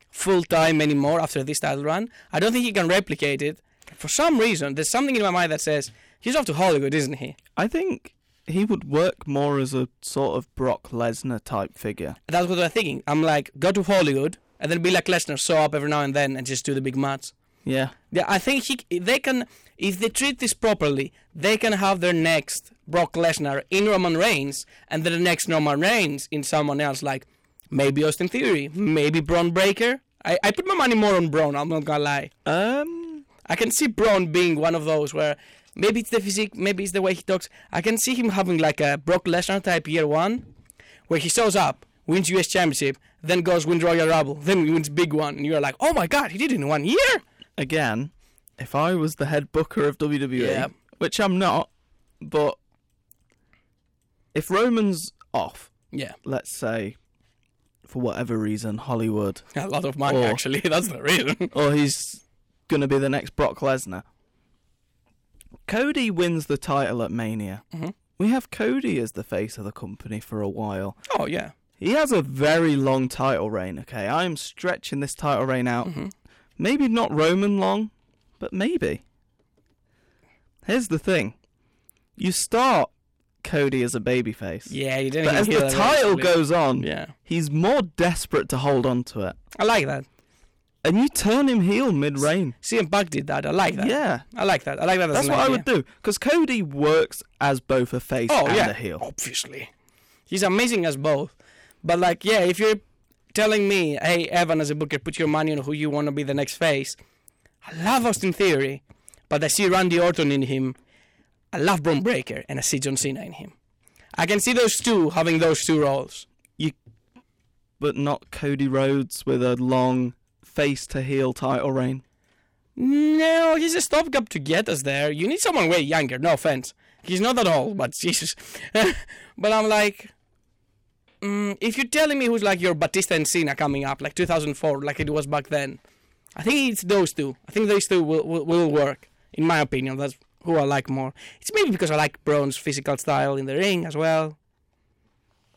[SPEAKER 2] full time anymore after this title run. I don't think he can replicate it. For some reason, there's something in my mind that says he's off to Hollywood, isn't he?
[SPEAKER 1] I think he would work more as a sort of Brock Lesnar type figure.
[SPEAKER 2] That's what I'm thinking. I'm like, go to Hollywood and then be like Lesnar, show up every now and then and just do the big match.
[SPEAKER 1] Yeah.
[SPEAKER 2] Yeah, I think he, they can, if they treat this properly, they can have their next Brock Lesnar in Roman Reigns and then the next Roman Reigns in someone else, like maybe Austin Theory, maybe Braun Breaker. I, I put my money more on Braun, I'm not gonna lie.
[SPEAKER 1] Um.
[SPEAKER 2] I can see Braun being one of those where maybe it's the physique, maybe it's the way he talks. I can see him having like a Brock Lesnar type year one where he shows up, wins US Championship, then goes wins Royal Rumble, then wins big one, and you're like, oh my god, he did it in one year!
[SPEAKER 1] Again, if I was the head booker of WWE,
[SPEAKER 2] Yeah.
[SPEAKER 1] which I'm not, but if Roman's off,
[SPEAKER 2] Yeah.
[SPEAKER 1] let's say, for whatever reason, Hollywood,
[SPEAKER 2] A lot of money,
[SPEAKER 1] Or-
[SPEAKER 2] actually. That's the reason.
[SPEAKER 1] or he's going to be the next Brock Lesnar. Cody wins the title at Mania. We have Cody as the face of the company for a while.
[SPEAKER 2] Oh yeah,
[SPEAKER 1] He has a very long title reign, okay? I am stretching this title reign out.
[SPEAKER 2] Mm-hmm.
[SPEAKER 1] Maybe not Roman long, but maybe. Here's the thing you start Cody as a babyface.
[SPEAKER 2] yeah. You didn't.
[SPEAKER 1] But as the title goes on,
[SPEAKER 2] Yeah.
[SPEAKER 1] he's more desperate to hold on to it.
[SPEAKER 2] I like that.
[SPEAKER 1] And you turn him heel mid reign.
[SPEAKER 2] CM Punk did that. I like that.
[SPEAKER 1] Yeah.
[SPEAKER 2] I like that. I like that.
[SPEAKER 1] That's what I would do. Because Cody works as both a face
[SPEAKER 2] Oh
[SPEAKER 1] and
[SPEAKER 2] yeah,
[SPEAKER 1] a heel.
[SPEAKER 2] obviously. He's amazing as both. But like, yeah, if you're telling me, hey, Evan, as a booker, put your money on who you want to be the next face. I love Austin Theory, but I see Randy Orton in him. I love Braun Breaker, and I see John Cena in him. I can see those two having those two roles.
[SPEAKER 1] But not Cody Rhodes with a long face to heel title reign.
[SPEAKER 2] No, he's a stopgap to get us there. You need someone way younger. No offense, he's not at all. But Jesus, but I'm like, mm, if you're telling me who's like your Batista and Cena coming up, like 2004, like it was back then, I think it's those two. I think those two will will, will work, in my opinion. That's who I like more. It's maybe because I like Braun's physical style in the ring as well.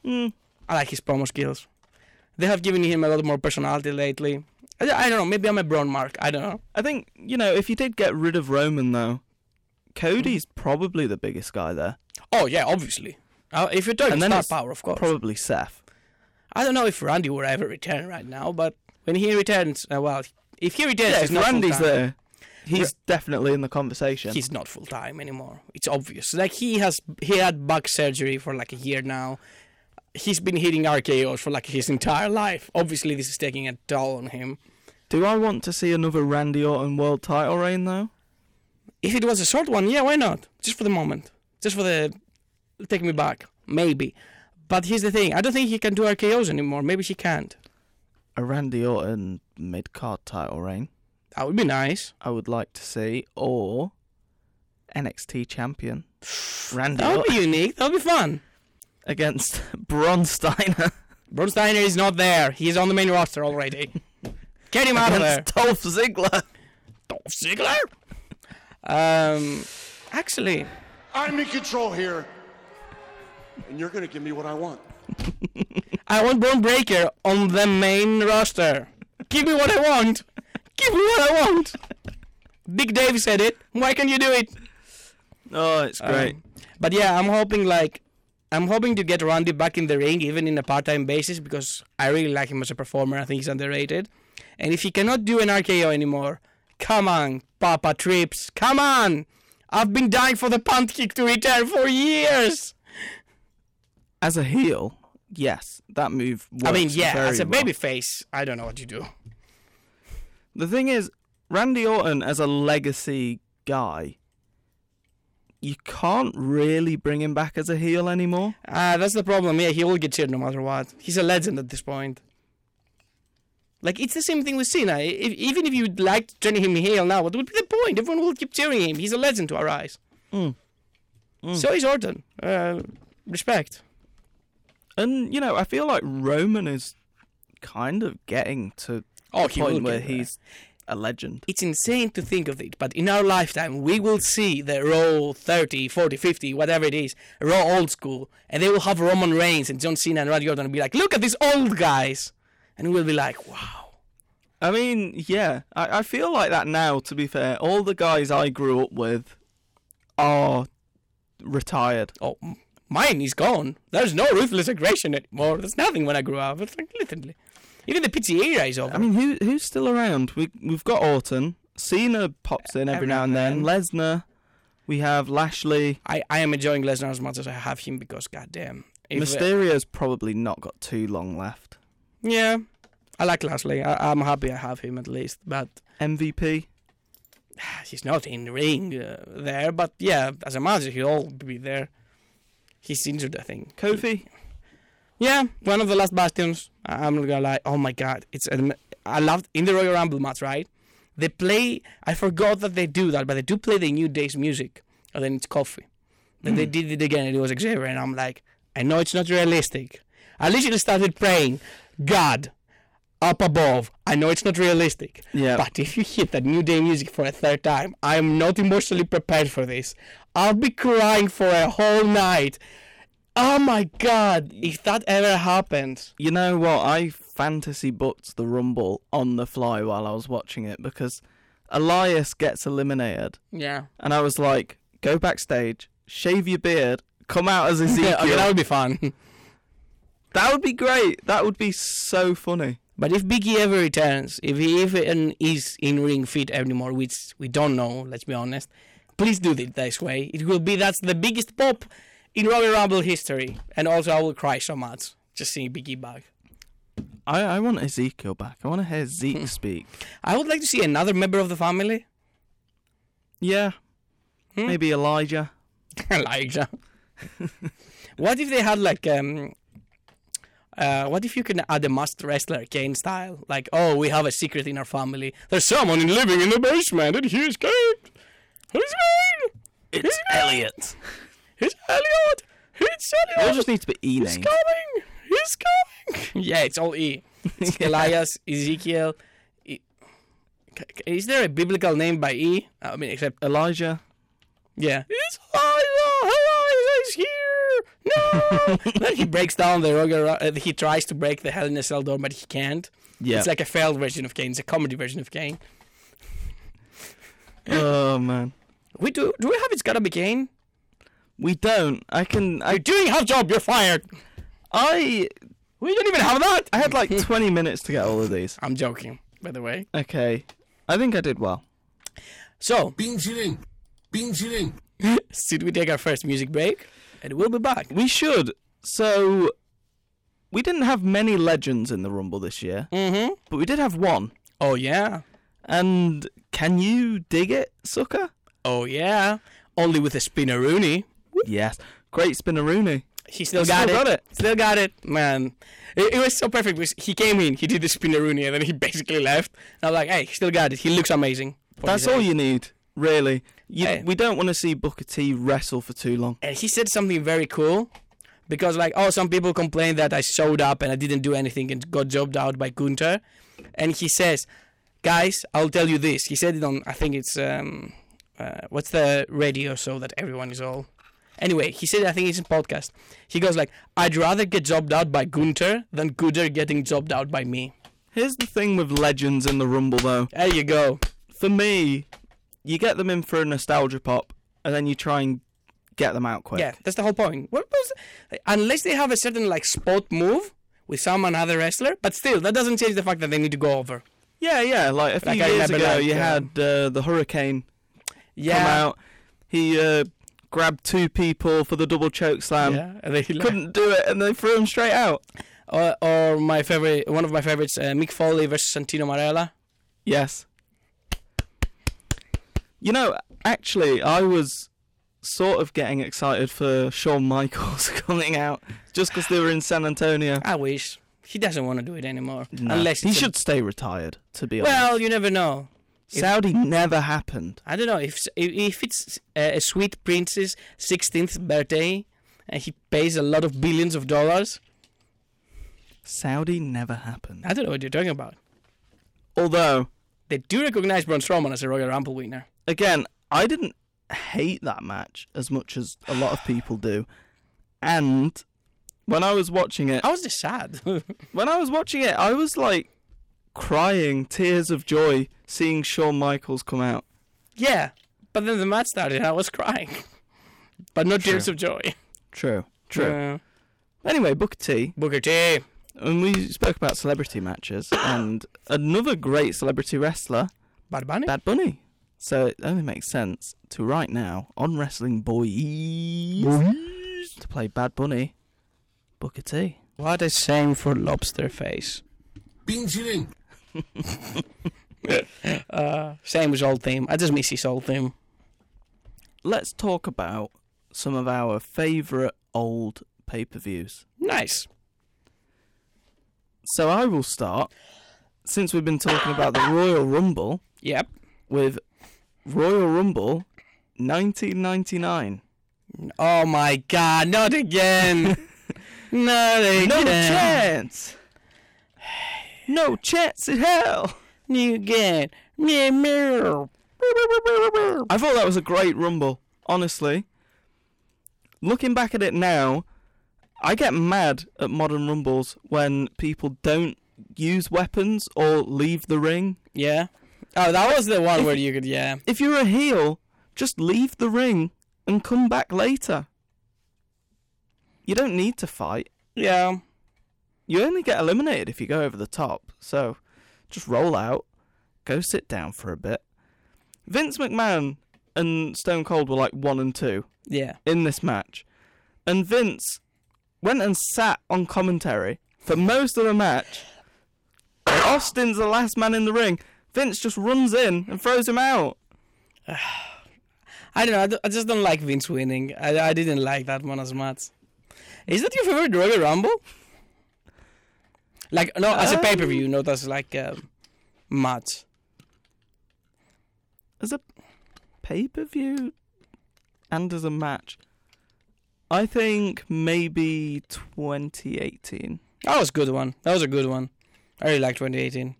[SPEAKER 2] I like his promo skills. They have given him a lot more personality lately. I, I don't know. Maybe I'm a Braun mark. I don't know.
[SPEAKER 1] I think, you know, if you did get rid of Roman, though, Cody's
[SPEAKER 2] Mm.
[SPEAKER 1] probably the biggest guy there.
[SPEAKER 2] Oh yeah, obviously. Uh, if you're talking
[SPEAKER 1] And then
[SPEAKER 2] star
[SPEAKER 1] it's
[SPEAKER 2] power, of course.
[SPEAKER 1] Probably Seth.
[SPEAKER 2] I don't know if Randy will ever return right now, but when he returns, uh, well, if he returns,
[SPEAKER 1] Yeah,
[SPEAKER 2] it's
[SPEAKER 1] if
[SPEAKER 2] not
[SPEAKER 1] Randy's
[SPEAKER 2] full-time.
[SPEAKER 1] there, He's definitely in the conversation.
[SPEAKER 2] he's not full time anymore. It's obvious. Like he has he had back surgery for like a year now. He's been hitting RKOs for like his entire life. Obviously, this is taking a toll on him.
[SPEAKER 1] Do I want to see another Randy Orton world title reign though?
[SPEAKER 2] If it was a short one, yeah, why not? Just for the moment, just for the take me back, maybe. But here's the thing: I don't think he can do RKOs anymore. Maybe he can't.
[SPEAKER 1] A Randy Orton mid card title reign.
[SPEAKER 2] That would be nice.
[SPEAKER 1] I would like to see, or NXT champion Randy
[SPEAKER 2] That would
[SPEAKER 1] Orton
[SPEAKER 2] be unique. That would be fun.
[SPEAKER 1] against Braun Steiner
[SPEAKER 2] Braun Steiner is not there. He's on the main roster already. Get him out of there.
[SPEAKER 1] against Dolph Ziggler.
[SPEAKER 2] Dolph Ziggler. Um, actually,
[SPEAKER 6] I'm in control here, and you're gonna give me what I want.
[SPEAKER 2] I want Bone Breaker on the main roster. Give me what I want. Give me what I want. Big Dave said it. Why can't you do it?
[SPEAKER 1] Oh, it's great.
[SPEAKER 2] Um, But yeah, I'm hoping like I'm hoping to get Randy back in the ring, even in a part-time basis, because I really like him as a performer. I think he's underrated. And if he cannot do an RKO anymore, come on, Papa Trips, come on! I've been dying for the punt kick to return for years.
[SPEAKER 1] As a heel, yes, that move. Works
[SPEAKER 2] I mean, yeah,
[SPEAKER 1] very
[SPEAKER 2] as a
[SPEAKER 1] well.
[SPEAKER 2] baby face, I don't know what you do.
[SPEAKER 1] The thing is, Randy Orton as a legacy guy, you can't really bring him back as a heel anymore.
[SPEAKER 2] Ah, that's the problem. Yeah, he will get cheered no matter what. He's a legend at this point. Like it's the same thing with Cena. I- If, even if you'd like to turn him heel now, what would be the point? Everyone will keep cheering him. He's a legend to our eyes.
[SPEAKER 1] Mm.
[SPEAKER 2] So is Orton. Uh, respect.
[SPEAKER 1] And you know, I feel like Roman is kind of getting to
[SPEAKER 2] Oh,
[SPEAKER 1] the
[SPEAKER 2] he will
[SPEAKER 1] point where
[SPEAKER 2] get there.
[SPEAKER 1] he's a legend.
[SPEAKER 2] It's insane to think of it, but in our lifetime, we will see the Raw 30, 40, 50, whatever it is, Raw old school, and they will have Roman Reigns and John Cena and Randy Orton and be like, look at these old guys. And we'll be like, wow.
[SPEAKER 1] I mean, yeah, I, I feel like that now. To be fair, all the guys I grew up with are retired.
[SPEAKER 2] oh, m- mine is gone. There's no ruthless aggression anymore. There's nothing when I grew up. It's like literally, even the pizza era is over.
[SPEAKER 1] I mean, who who's still around? We we've got Orton, Cena pops in every, now and then, Lesnar. We have Lashley.
[SPEAKER 2] I, I am enjoying Lesnar as much as I have him because goddamn. If, uh,
[SPEAKER 1] Mysterio's probably not got too long left.
[SPEAKER 2] yeah, I like Lashley. I, I'm happy I have him at least, but
[SPEAKER 1] MVP.
[SPEAKER 2] he's not in the ring uh, there. But yeah, as a manager, he'll all be there. He's injured, I think.
[SPEAKER 1] Kofi.
[SPEAKER 2] Yeah, one of the last bastions. I- I'm not gonna lie. Oh my god, it's an, I loved in the Royal Rumble match, right? They play. I forgot that they do that, but they do play the New Day's music, and then it's Coffee. Then they did it again, and it was Xavier, and I'm like, I know it's not realistic. I literally started praying, God, up above. I know it's not realistic.
[SPEAKER 1] Yeah.
[SPEAKER 2] But if you hit that New Day music for a third time, I am not emotionally prepared for this. I'll be crying for a whole night. Oh my god, if that ever happens.
[SPEAKER 1] You know what? I fantasy booked the Rumble on the fly while I was watching it because Elias gets eliminated,
[SPEAKER 2] Yeah.
[SPEAKER 1] and I was like, go backstage, shave your beard, come out as Ezekiel.
[SPEAKER 2] Yeah, okay, that would be fun.
[SPEAKER 1] That would be great. That would be so funny.
[SPEAKER 2] but if Biggie ever returns, if he even is in ring fit anymore, which we don't know, let's be honest, please do it this way. It will be that's the biggest pop in Royal Rumble history. And also I will cry so much just seeing Biggie back.
[SPEAKER 1] I, I want Ezekiel back. I want to hear Zeke speak.
[SPEAKER 2] I would like to see another member of the family.
[SPEAKER 1] Yeah. Maybe Elijah.
[SPEAKER 2] Elijah. what if they had like um uh, what if you can add a masked wrestler, Kane style? Like, oh, we have a secret in our family. There's someone living in the basement, and he escaped. Who's Kane?
[SPEAKER 1] It's Elliot.
[SPEAKER 2] He's Elliot. He's
[SPEAKER 1] It all
[SPEAKER 2] Elliot.
[SPEAKER 1] just needs to be E
[SPEAKER 2] He's
[SPEAKER 1] names.
[SPEAKER 2] coming. He's coming. yeah, it's all E. It's Elias, Ezekiel. E- C- c- Is there a biblical name by E? I mean, except
[SPEAKER 1] Elijah.
[SPEAKER 2] Yeah. It's Eliza! Eliza's here! No! then he breaks down the Roger. Uh, he tries to break the Hell in a Cell door, but he can't.
[SPEAKER 1] Yeah.
[SPEAKER 2] It's like a failed version of Kane. It's a comedy version of Kane.
[SPEAKER 1] oh man.
[SPEAKER 2] We do. Do we have It's Gotta Be Kane?
[SPEAKER 1] We don't. I can. I
[SPEAKER 2] You're doing half job. You're fired.
[SPEAKER 1] I
[SPEAKER 2] We don't even have that.
[SPEAKER 1] I had like 20 minutes to get all of these.
[SPEAKER 2] I'm joking, by the way.
[SPEAKER 1] Okay. I think I did well.
[SPEAKER 2] So,
[SPEAKER 5] 冰淇淋，冰淇淋。
[SPEAKER 2] should we take our first music break? And we'll be back.
[SPEAKER 1] We should. So, we didn't have many legends in the Rumble this year,
[SPEAKER 2] Mm-hmm.
[SPEAKER 1] but we did have one.
[SPEAKER 2] Oh yeah.
[SPEAKER 1] And can you dig it, sucker?
[SPEAKER 2] Oh yeah. Only with a spinneroonie.
[SPEAKER 1] Yes. Great spinneroonie.
[SPEAKER 2] He still,
[SPEAKER 1] Still
[SPEAKER 2] got, it.
[SPEAKER 1] got it.
[SPEAKER 2] Still got it, man. It, it was so perfect. because He came in, he did the spinneroonie, and then he basically left. And I'm like, hey, he still got it. He looks amazing. for
[SPEAKER 1] That's
[SPEAKER 2] his
[SPEAKER 1] all
[SPEAKER 2] age.
[SPEAKER 1] you need, really. You,
[SPEAKER 2] Hey.
[SPEAKER 1] We don't want to see Booker T wrestle for too long.
[SPEAKER 2] And he said something very cool, because like, oh, some people complain that I showed up and I didn't do anything and got jobbed out by Gunter, and he says, guys, I'll tell you this. He said it on, I think it's um, uh, what's the radio show that everyone is all. Anyway, he said, I think it's a podcast. He goes like, I'd rather get jobbed out by Gunter than Gunter getting jobbed out by me.
[SPEAKER 1] Here's the thing with legends in the Rumble, though.
[SPEAKER 2] There you go.
[SPEAKER 1] For me, you get them in for a nostalgia pop, and then you try and get them out quick.
[SPEAKER 2] Yeah, that's the whole point. What was unless they have a certain like spot move with some another wrestler, but still that doesn't change the fact that they need to go over.
[SPEAKER 1] yeah, yeah. Like a few
[SPEAKER 2] Like, I
[SPEAKER 1] years
[SPEAKER 2] remember,
[SPEAKER 1] ago,
[SPEAKER 2] like,
[SPEAKER 1] you
[SPEAKER 2] um,
[SPEAKER 1] had uh, the Hurricane come
[SPEAKER 2] Yeah.
[SPEAKER 1] out. He uh, grabbed two people for the double choke slam.
[SPEAKER 2] yeah, and they like,
[SPEAKER 1] Couldn't do it, and they threw him straight out.
[SPEAKER 2] or, or my favorite, one of my favorites, uh, Mick Foley versus Santino Marella.
[SPEAKER 1] Yes. You know, actually, I was sort of getting excited for Shawn Michaels coming out just because they were in San Antonio.
[SPEAKER 2] I wish he doesn't want to do it anymore,
[SPEAKER 1] Nah,
[SPEAKER 2] unless
[SPEAKER 1] Ah, he
[SPEAKER 2] it's a-
[SPEAKER 1] should stay retired, to be honest.
[SPEAKER 2] well, you never know.
[SPEAKER 1] Saudi never happened.
[SPEAKER 2] I don't know if if it's uh, a sweet prince's sixteenth birthday, and he pays a lot of billions of dollars.
[SPEAKER 1] Saudi never happened.
[SPEAKER 2] I don't know what you're talking about.
[SPEAKER 1] Although,
[SPEAKER 2] They do recognize Braun Strowman as a Royal Rumble winner.
[SPEAKER 1] again, I didn't hate that match as much as a lot of people do. And when I was watching it,
[SPEAKER 2] I was just sad.
[SPEAKER 1] when I was watching it, I was like crying tears of joy seeing Shawn Michaels come out.
[SPEAKER 2] yeah, but then the match started and I was crying. But not tears of joy.
[SPEAKER 1] True. True.
[SPEAKER 2] Uh,
[SPEAKER 1] anyway, Booker T,
[SPEAKER 2] Booker T.
[SPEAKER 1] and we spoke about celebrity matches, and another great celebrity wrestler,
[SPEAKER 2] Bad Bunny.
[SPEAKER 1] Bad Bunny. So it only makes sense to right now on Wrestling Boys, to play Bad Bunny, Booker T.
[SPEAKER 2] What a shame for Lobster Face.
[SPEAKER 5] 冰淇淋，
[SPEAKER 2] Same as old theme. I just miss his old theme.
[SPEAKER 1] Let's talk about some of our favourite old pay per views.
[SPEAKER 2] Nice.
[SPEAKER 1] So I will start, since we've been talking about the Royal Rumble,
[SPEAKER 2] Yep.
[SPEAKER 1] with Royal Rumble 1999.
[SPEAKER 2] Oh my God! Not again. not again.
[SPEAKER 1] No chance. No chance in hell.
[SPEAKER 2] You get me mirror.
[SPEAKER 1] I thought that was a great rumble, honestly. Looking back at it now, I get mad at modern rumbles when people don't use weapons or leave the ring.
[SPEAKER 2] Yeah. Oh, that was the one where you could. Yeah.
[SPEAKER 1] If you're a heel, just leave the ring and come back later. You don't need to fight.
[SPEAKER 2] Yeah.
[SPEAKER 1] You only get eliminated if you go over the top. So just roll out, go sit down for a bit. Vince McMahon and Stone Cold were like one and two
[SPEAKER 2] Yeah.
[SPEAKER 1] in this match. And Vince went and sat on commentary for most of the match. Austin's the last man in the ring. Vince just runs in and throws him out.
[SPEAKER 2] I don't know. I, don't- I just don't like Vince winning. I, I didn't like that one as much. Is that your favorite Royal Rumble? Like no, as a pay per view, not as like um, a match.
[SPEAKER 1] As a pay per view and as a match, I think maybe 2018.
[SPEAKER 2] That was a good one. That was a good one. I really like 2018.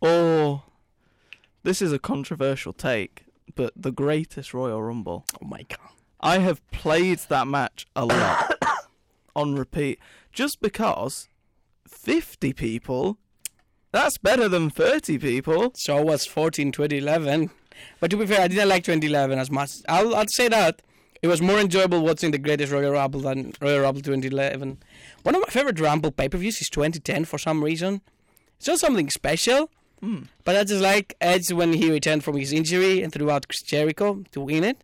[SPEAKER 1] Or, this is a controversial take, but the greatest Royal Rumble.
[SPEAKER 2] Oh my god.
[SPEAKER 1] I have played that match a lot on repeat just because 50 people that's better than 30 people.
[SPEAKER 2] So it was 14 2011. But to be fair, I didn't like 2011 as much. I'll, I'll say that. It was more enjoyable watching the greatest Royal Rumble than Royal Rumble 2011. One of my favorite Rumble pay per views is 2010 for some reason. It's not something special, But I just like Edge when he returned from his injury and threw out Chris Jericho to win it.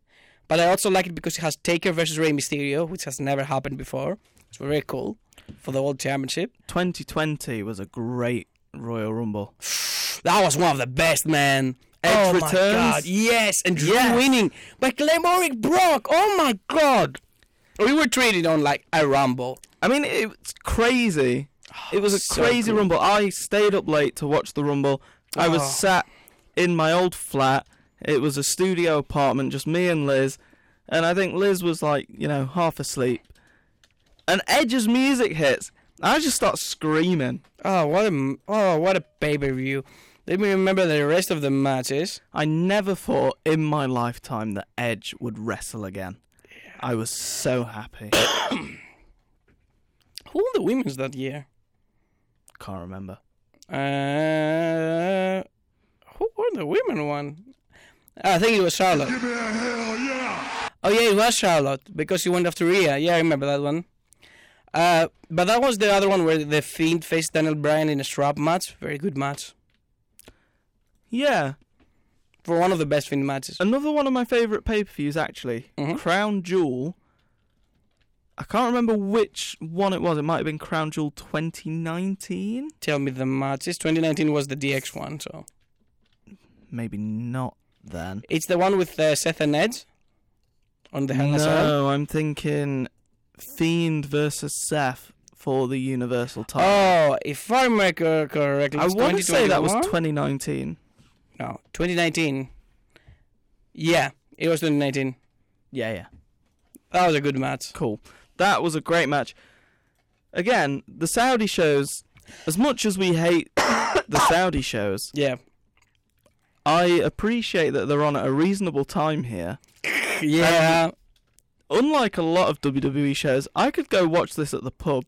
[SPEAKER 2] But I also like it because it has Taker versus Rey Mysterio, which has never happened before. It's very cool for the World Championship.
[SPEAKER 1] 2020 was a great Royal Rumble.
[SPEAKER 2] That was one of the best, man. Edge
[SPEAKER 1] Oh my
[SPEAKER 2] returns.
[SPEAKER 1] God,
[SPEAKER 2] Yes, and Drew
[SPEAKER 1] Yes.
[SPEAKER 2] winning by Claymoric Brock. Oh my God. We were treated on like a rumble.
[SPEAKER 1] I mean, it was crazy. it was a
[SPEAKER 2] Oh, so
[SPEAKER 1] crazy
[SPEAKER 2] good.
[SPEAKER 1] rumble. I stayed up late to watch the rumble. I was
[SPEAKER 2] Oh.
[SPEAKER 1] sat in my old flat. It was a studio apartment, just me and Liz. And I think Liz was like, you know, half asleep. And Edge's music hits. I just start screaming.
[SPEAKER 2] Oh what a m- oh what a pay per view. Let me remember the rest of the matches.
[SPEAKER 1] I never thought in my lifetime that Edge would wrestle again. I was so happy.
[SPEAKER 2] Who won the women's that year?
[SPEAKER 1] Can't remember.
[SPEAKER 2] Uh, who won the women one? I think it was Charlotte.
[SPEAKER 3] Give me a hell yeah!
[SPEAKER 2] Oh yeah, it was Charlotte because she went after Rhea. Yeah, I remember that one. Uh, but that was the other one where the Fiend faced Daniel Bryan in a strap match. Very good match
[SPEAKER 1] Yeah,
[SPEAKER 2] for one of the best Fiend matches.
[SPEAKER 1] Another one of my favourite pay per views, actually, Crown Jewel. I can't remember which one it was. It might have been Crown Jewel 2019.
[SPEAKER 2] Tell me the matches. 2019 was the DX one, so
[SPEAKER 1] Maybe not then.
[SPEAKER 2] it's the one with uh, Seth and Edge on the Hell in a Cell.
[SPEAKER 1] No, I'm thinking Fiend versus Seth for the Universal title.
[SPEAKER 2] Oh, if I remember correctly,
[SPEAKER 1] I
[SPEAKER 2] it's
[SPEAKER 1] want to say that Oh, was
[SPEAKER 2] 2021?
[SPEAKER 1] 2019.
[SPEAKER 2] No, 2019. Yeah, it was 2019.
[SPEAKER 1] Yeah, yeah.
[SPEAKER 2] That was a good match.
[SPEAKER 1] Cool. That was a great match. Again, the Saudi shows, as much as we hate the Saudi shows,
[SPEAKER 2] Yeah.
[SPEAKER 1] I appreciate that they're on at a reasonable time here.
[SPEAKER 2] Yeah.
[SPEAKER 1] Unlike a lot of WWE shows, I could go watch this at the pub.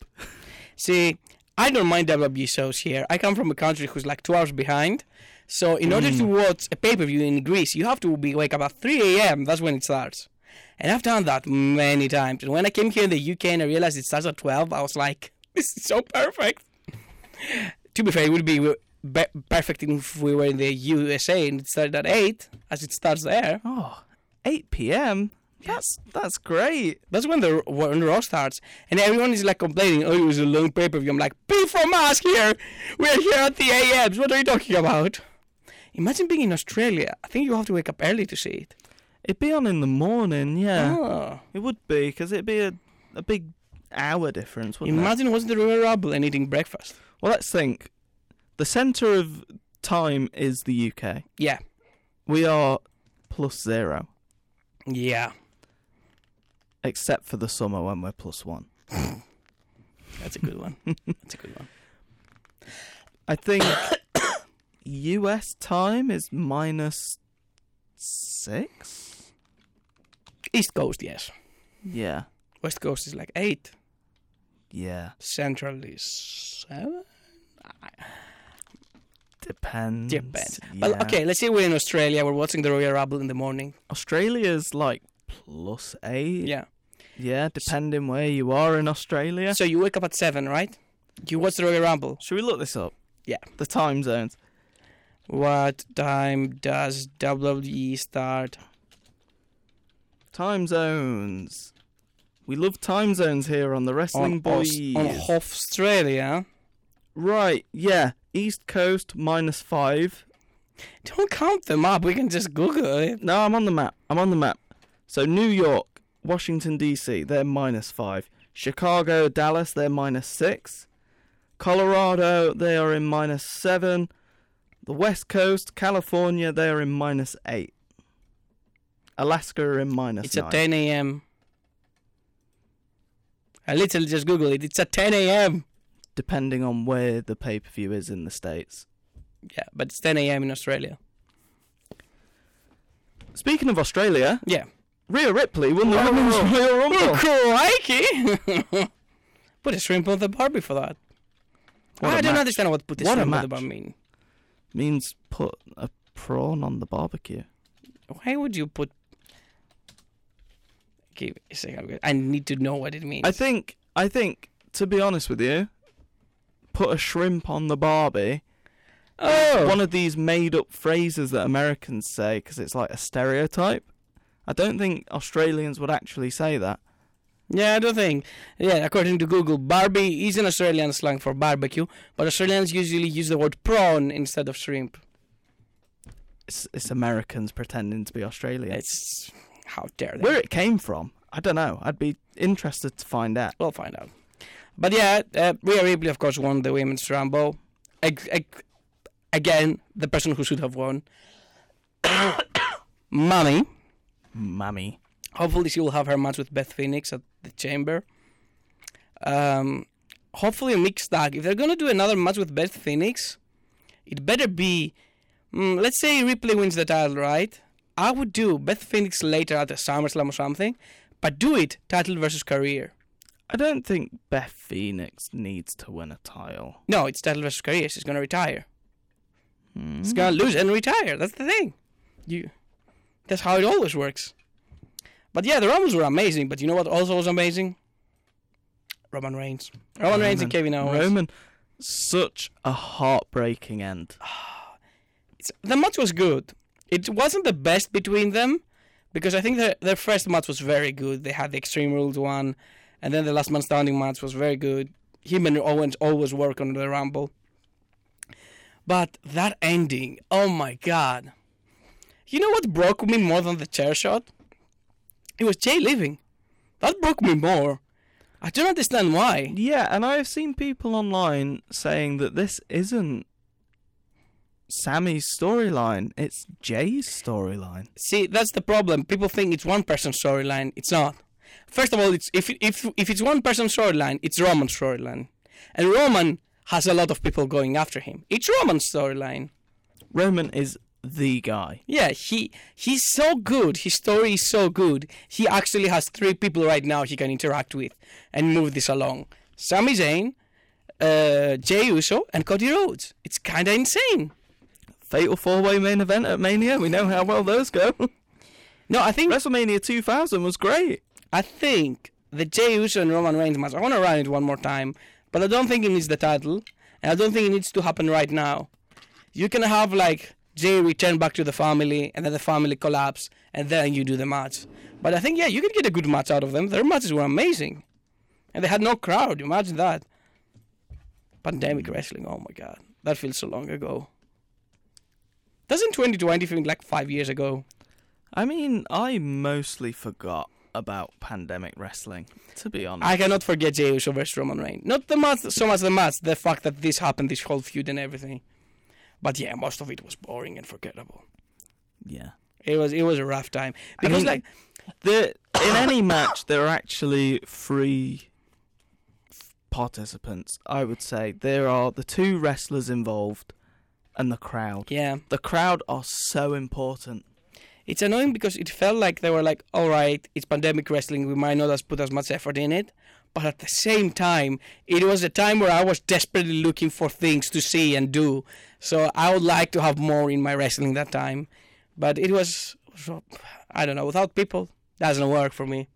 [SPEAKER 2] See, I don't mind WWE shows here. I come from a country who's like two hours behind. So in order to watch a pay-per-view in Greece, you have to be wake up at 3 a.m. That's when it starts. And I've done that many times. And when I came here in the UK and I realized it starts at 12, I was like, this is so perfect. to be fair, it would be be- perfect if we were in the USA and it started at 8, as it starts there.
[SPEAKER 1] Oh, 8 p.m. That's that's great.
[SPEAKER 2] That's when the when Raw starts, and everyone is like complaining, "Oh, it was a long pay per view." I'm like, "Be from us here. We're here at the AMs. What are you talking about?" Imagine being in Australia. I think you have to wake up early to see it.
[SPEAKER 1] It'd be on in the morning, yeah.
[SPEAKER 2] Oh.
[SPEAKER 1] It would be because it'd be a, a big hour difference, wouldn't it?
[SPEAKER 2] Imagine watching the Royal Rumble and eating breakfast.
[SPEAKER 1] Well, let's think. The center of time is the UK.
[SPEAKER 2] Yeah,
[SPEAKER 1] We are plus zero,
[SPEAKER 2] yeah.
[SPEAKER 1] except for the summer when we're plus one.
[SPEAKER 2] That's a good one. That's a good one.
[SPEAKER 1] I think US time is minus six.
[SPEAKER 2] East Coast, yes.
[SPEAKER 1] Yeah,
[SPEAKER 2] West Coast is like eight.
[SPEAKER 1] yeah.
[SPEAKER 2] Central is seven.
[SPEAKER 1] Depends.
[SPEAKER 2] Depends.
[SPEAKER 1] yeah.
[SPEAKER 2] Well, okay. Let's say we're in Australia. We're watching the Royal Rumble in the morning.
[SPEAKER 1] Australia's like plus eight.
[SPEAKER 2] Yeah.
[SPEAKER 1] Yeah, depending where you are in Australia.
[SPEAKER 2] So you wake up at seven, right? You watch the Royal Rumble.
[SPEAKER 1] Should we look this up?
[SPEAKER 2] Yeah.
[SPEAKER 1] The time zones.
[SPEAKER 2] What time does WWE start?
[SPEAKER 1] Time zones. We love time zones here on the Wrestling
[SPEAKER 2] On,
[SPEAKER 1] Boys.
[SPEAKER 2] Aus- on Australia.
[SPEAKER 1] right, yeah. East Coast minus five.
[SPEAKER 2] Don't count them up. We can just Google it.
[SPEAKER 1] No, I'm on the map. I'm on the map. So New York, Washington D.C. They're minus five. Chicago, Dallas. They're minus six. Colorado. They are in minus seven. The West Coast, California. They are in minus eight. Alaska are in minus
[SPEAKER 2] It's
[SPEAKER 1] nine.
[SPEAKER 2] at 10 a.m. I literally just Google it. It's at 10 a.m.
[SPEAKER 1] depending on where the pay per view is in the states.
[SPEAKER 2] Yeah, but it's 10 a.m. in Australia.
[SPEAKER 1] Speaking of Australia,
[SPEAKER 2] Yeah.
[SPEAKER 1] Rhea Ripley won the Women's Royal Rumble.
[SPEAKER 2] Crikey! put a shrimp on the Barbie for that.
[SPEAKER 1] What a
[SPEAKER 2] I don't
[SPEAKER 1] match.
[SPEAKER 2] understand what put a
[SPEAKER 1] What a
[SPEAKER 2] shrimp on the
[SPEAKER 1] match.
[SPEAKER 2] Barbie mean.
[SPEAKER 1] Means put a prawn on the barbecue.
[SPEAKER 2] Why would you put? Give me a second. I need to know what it means.
[SPEAKER 1] I think I think to be honest with you, put a shrimp on the Barbie
[SPEAKER 2] Oh,
[SPEAKER 1] one of these made up phrases that Americans say because it's like a stereotype. I don't think Australians would actually say that.
[SPEAKER 2] yeah, I don't think. Yeah, according to Google, Barbie is an Australian slang for barbecue, but Australians usually use the word prawn instead of shrimp.
[SPEAKER 1] It's, it's Americans pretending to be Australians.
[SPEAKER 2] It's how dare they?
[SPEAKER 1] Where it came from, I don't know. I'd be interested to find out.
[SPEAKER 2] We'll find out. But yeah, uh, Rhea Ripley, of course, won the women's Rumble. Ag- ag- again, the person who should have won. Mummy.
[SPEAKER 1] Mammy.
[SPEAKER 2] Hopefully, she will have her match with Beth Phoenix at the Chamber. Um, hopefully, a mixed tag. If they're gonna do another match with Beth Phoenix, it better be. Mm, let's say Ripley wins the title, right? I would do Beth Phoenix later at the SummerSlam or something, but do it title versus career.
[SPEAKER 1] I don't think Beth Phoenix needs to win a title.
[SPEAKER 2] No, it's title versus career. She's gonna retire. She's gonna lose and retire. That's the thing. You, that's how it always works. But yeah, the Romans were amazing. But you know what also was amazing? Roman Reigns. Roman, Reigns and Kevin Owens.
[SPEAKER 1] Roman, such a heartbreaking end.
[SPEAKER 2] It's- the match was good. It wasn't the best between them because I think their their first match was very good. They had the Extreme Rules one, and then the Last Man Standing match was very good. Him and Owens always work on the Rumble. But that ending, oh my god! You know what broke me more than the chair shot? It was Jay leaving. That broke me more. I don't understand why.
[SPEAKER 1] Yeah, and I have seen people online saying that this isn't Sammy's storyline, it's Jay's storyline.
[SPEAKER 2] See, that's the problem. People think it's one person's storyline. It's not. First of all, it's if if if it's one person's storyline, it's Roman's storyline, and Roman has a lot of people going after him. It's Roman's storyline.
[SPEAKER 1] Roman is the guy.
[SPEAKER 2] Yeah, he he's so good. His story is so good. He actually has three people right now he can interact with and move this along. Sami Zayn, uh, Jey Uso, and Cody Rhodes. It's kind of insane.
[SPEAKER 1] Fatal four way main event at Mania, we know how well those go.
[SPEAKER 2] No, I think
[SPEAKER 1] WrestleMania 2000 was great.
[SPEAKER 2] I think the Jey Uso and Roman Reigns match. I want to run it one more time, but I don't think it needs the title, and I don't think it needs to happen right now. You can have like Jey return back to the family, and then the family collapse, and then you do the match. But I think yeah, you can get a good match out of them. Their matches were amazing, and they had no crowd. Imagine that. Pandemic wrestling. Oh my god, that feels so long ago. Doesn't 2020 feel like five years ago?
[SPEAKER 1] I mean, I mostly forgot about pandemic wrestling, to be honest.
[SPEAKER 2] I cannot forget Jey Uso versus Roman Reigns. Not the match, so much the match, the fact that this happened, this whole feud and everything. But yeah, most of it was boring and forgettable.
[SPEAKER 1] yeah.
[SPEAKER 2] It was it was a rough time because
[SPEAKER 1] mean-
[SPEAKER 2] like
[SPEAKER 1] The, in any match, there are actually three f- participants, I would say. There are the two wrestlers involved and the crowd.
[SPEAKER 2] yeah,
[SPEAKER 1] The crowd are so important.
[SPEAKER 2] it's annoying because it felt like they were like, all right, it's pandemic wrestling, we might not as put as much effort in it, but at the same time, it was a time where I was desperately looking for things to see and do. So I would like to have more in my wrestling that time, but it was so- I don't know without people doesn't work for me.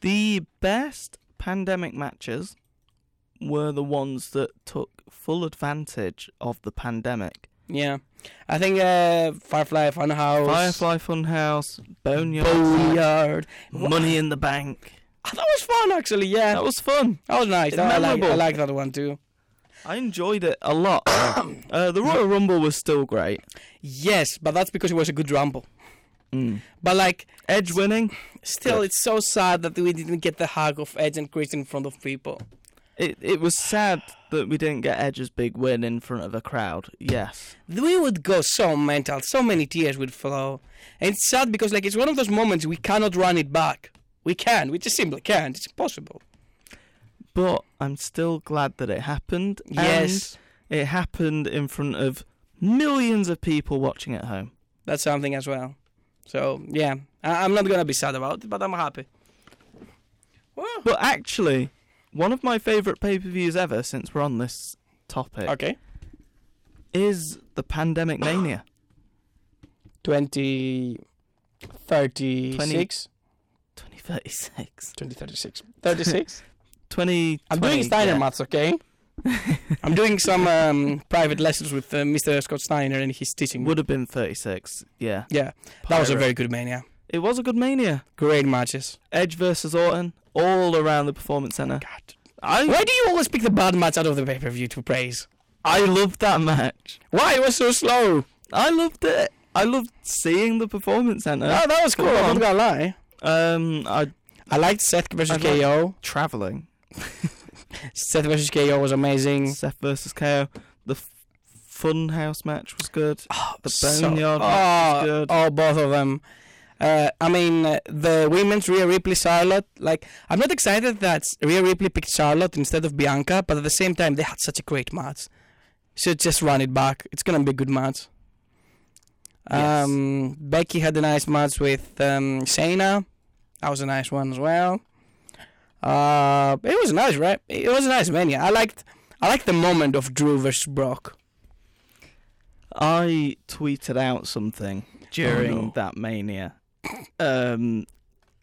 [SPEAKER 1] The best pandemic matches were the ones that took full advantage of the pandemic.
[SPEAKER 2] Yeah, I think uh, Firefly Funhouse,
[SPEAKER 1] Firefly Funhouse, Boneyard,
[SPEAKER 2] Boneyard.
[SPEAKER 1] Money in the Bank.
[SPEAKER 2] Ah, That was fun, actually. Yeah,
[SPEAKER 1] That was fun.
[SPEAKER 2] that was nice.
[SPEAKER 1] it's
[SPEAKER 2] I like I
[SPEAKER 1] memorable.
[SPEAKER 2] like that one too.
[SPEAKER 1] I enjoyed it a lot. uh, the Royal Rumble was still great.
[SPEAKER 2] Yes, but that's because it was a good rumble.
[SPEAKER 1] Mm.
[SPEAKER 2] But like,
[SPEAKER 1] Edge winning,
[SPEAKER 2] still, it's so sad that we didn't get the hug of Edge and Chris in front of people.
[SPEAKER 1] it it was sad that we didn't get Edge's big win in front of a crowd. Yes,
[SPEAKER 2] we would go so mental, so many tears would flow. And it's sad because like it's one of those moments we cannot run it back. We can, we just simply can't. It's impossible.
[SPEAKER 1] but I'm still glad that it happened. and
[SPEAKER 2] Yes.
[SPEAKER 1] it happened in front of millions of people watching at home.
[SPEAKER 2] That's something as well. So yeah, I- I'm not gonna be sad about it, but I'm happy. Well,
[SPEAKER 1] But actually, one of my favourite pay per views ever, since we're on this topic,
[SPEAKER 2] okay.
[SPEAKER 1] is the Pandemic Mania.
[SPEAKER 2] 20, 36.
[SPEAKER 1] 2036.
[SPEAKER 2] 20, 36. 36?
[SPEAKER 1] 20.
[SPEAKER 2] I'm doing Steiner maths, okay? I'm doing some um, private lessons with uh, Mr. Scott Steiner, and he's teaching.
[SPEAKER 1] Would have been 36. Yeah.
[SPEAKER 2] yeah, that was a
[SPEAKER 1] Pirate.
[SPEAKER 2] very good mania.
[SPEAKER 1] It was a good mania.
[SPEAKER 2] Great matches.
[SPEAKER 1] Edge versus Orton, all around the Performance Center.
[SPEAKER 2] God.
[SPEAKER 1] I
[SPEAKER 2] Why do you always pick the bad match out of the pay per view to praise?
[SPEAKER 1] I loved that match.
[SPEAKER 2] Why it was so slow?
[SPEAKER 1] I loved it. I loved seeing the Performance Center.
[SPEAKER 2] Oh, that was cool.
[SPEAKER 1] Come
[SPEAKER 2] I'm
[SPEAKER 1] on.
[SPEAKER 2] not gonna lie.
[SPEAKER 1] Um, I
[SPEAKER 2] I liked Seth versus
[SPEAKER 1] I like-
[SPEAKER 2] KO.
[SPEAKER 1] traveling.
[SPEAKER 2] Seth versus KO was amazing.
[SPEAKER 1] Seth versus KO. The f- Funhouse match was good. the
[SPEAKER 2] Oh, so-
[SPEAKER 1] Boneyard match was
[SPEAKER 2] Oh,
[SPEAKER 1] good.
[SPEAKER 2] oh, both of them. Uh, I mean, uh, the women's Rhea Ripley, Charlotte. Like, I'm not excited that Rhea Ripley picked Charlotte instead of Bianca, but at the same time, they had such a great match. Should just run it back. It's gonna be a good match.
[SPEAKER 1] Yes.
[SPEAKER 2] Um, Becky had a nice match with um, Shayna. That was a nice one as well. Uh, it was nice, right? It was a nice mania. I liked, I liked the moment of Drew versus Brock.
[SPEAKER 1] I tweeted out something during
[SPEAKER 2] no.
[SPEAKER 1] that mania. Um,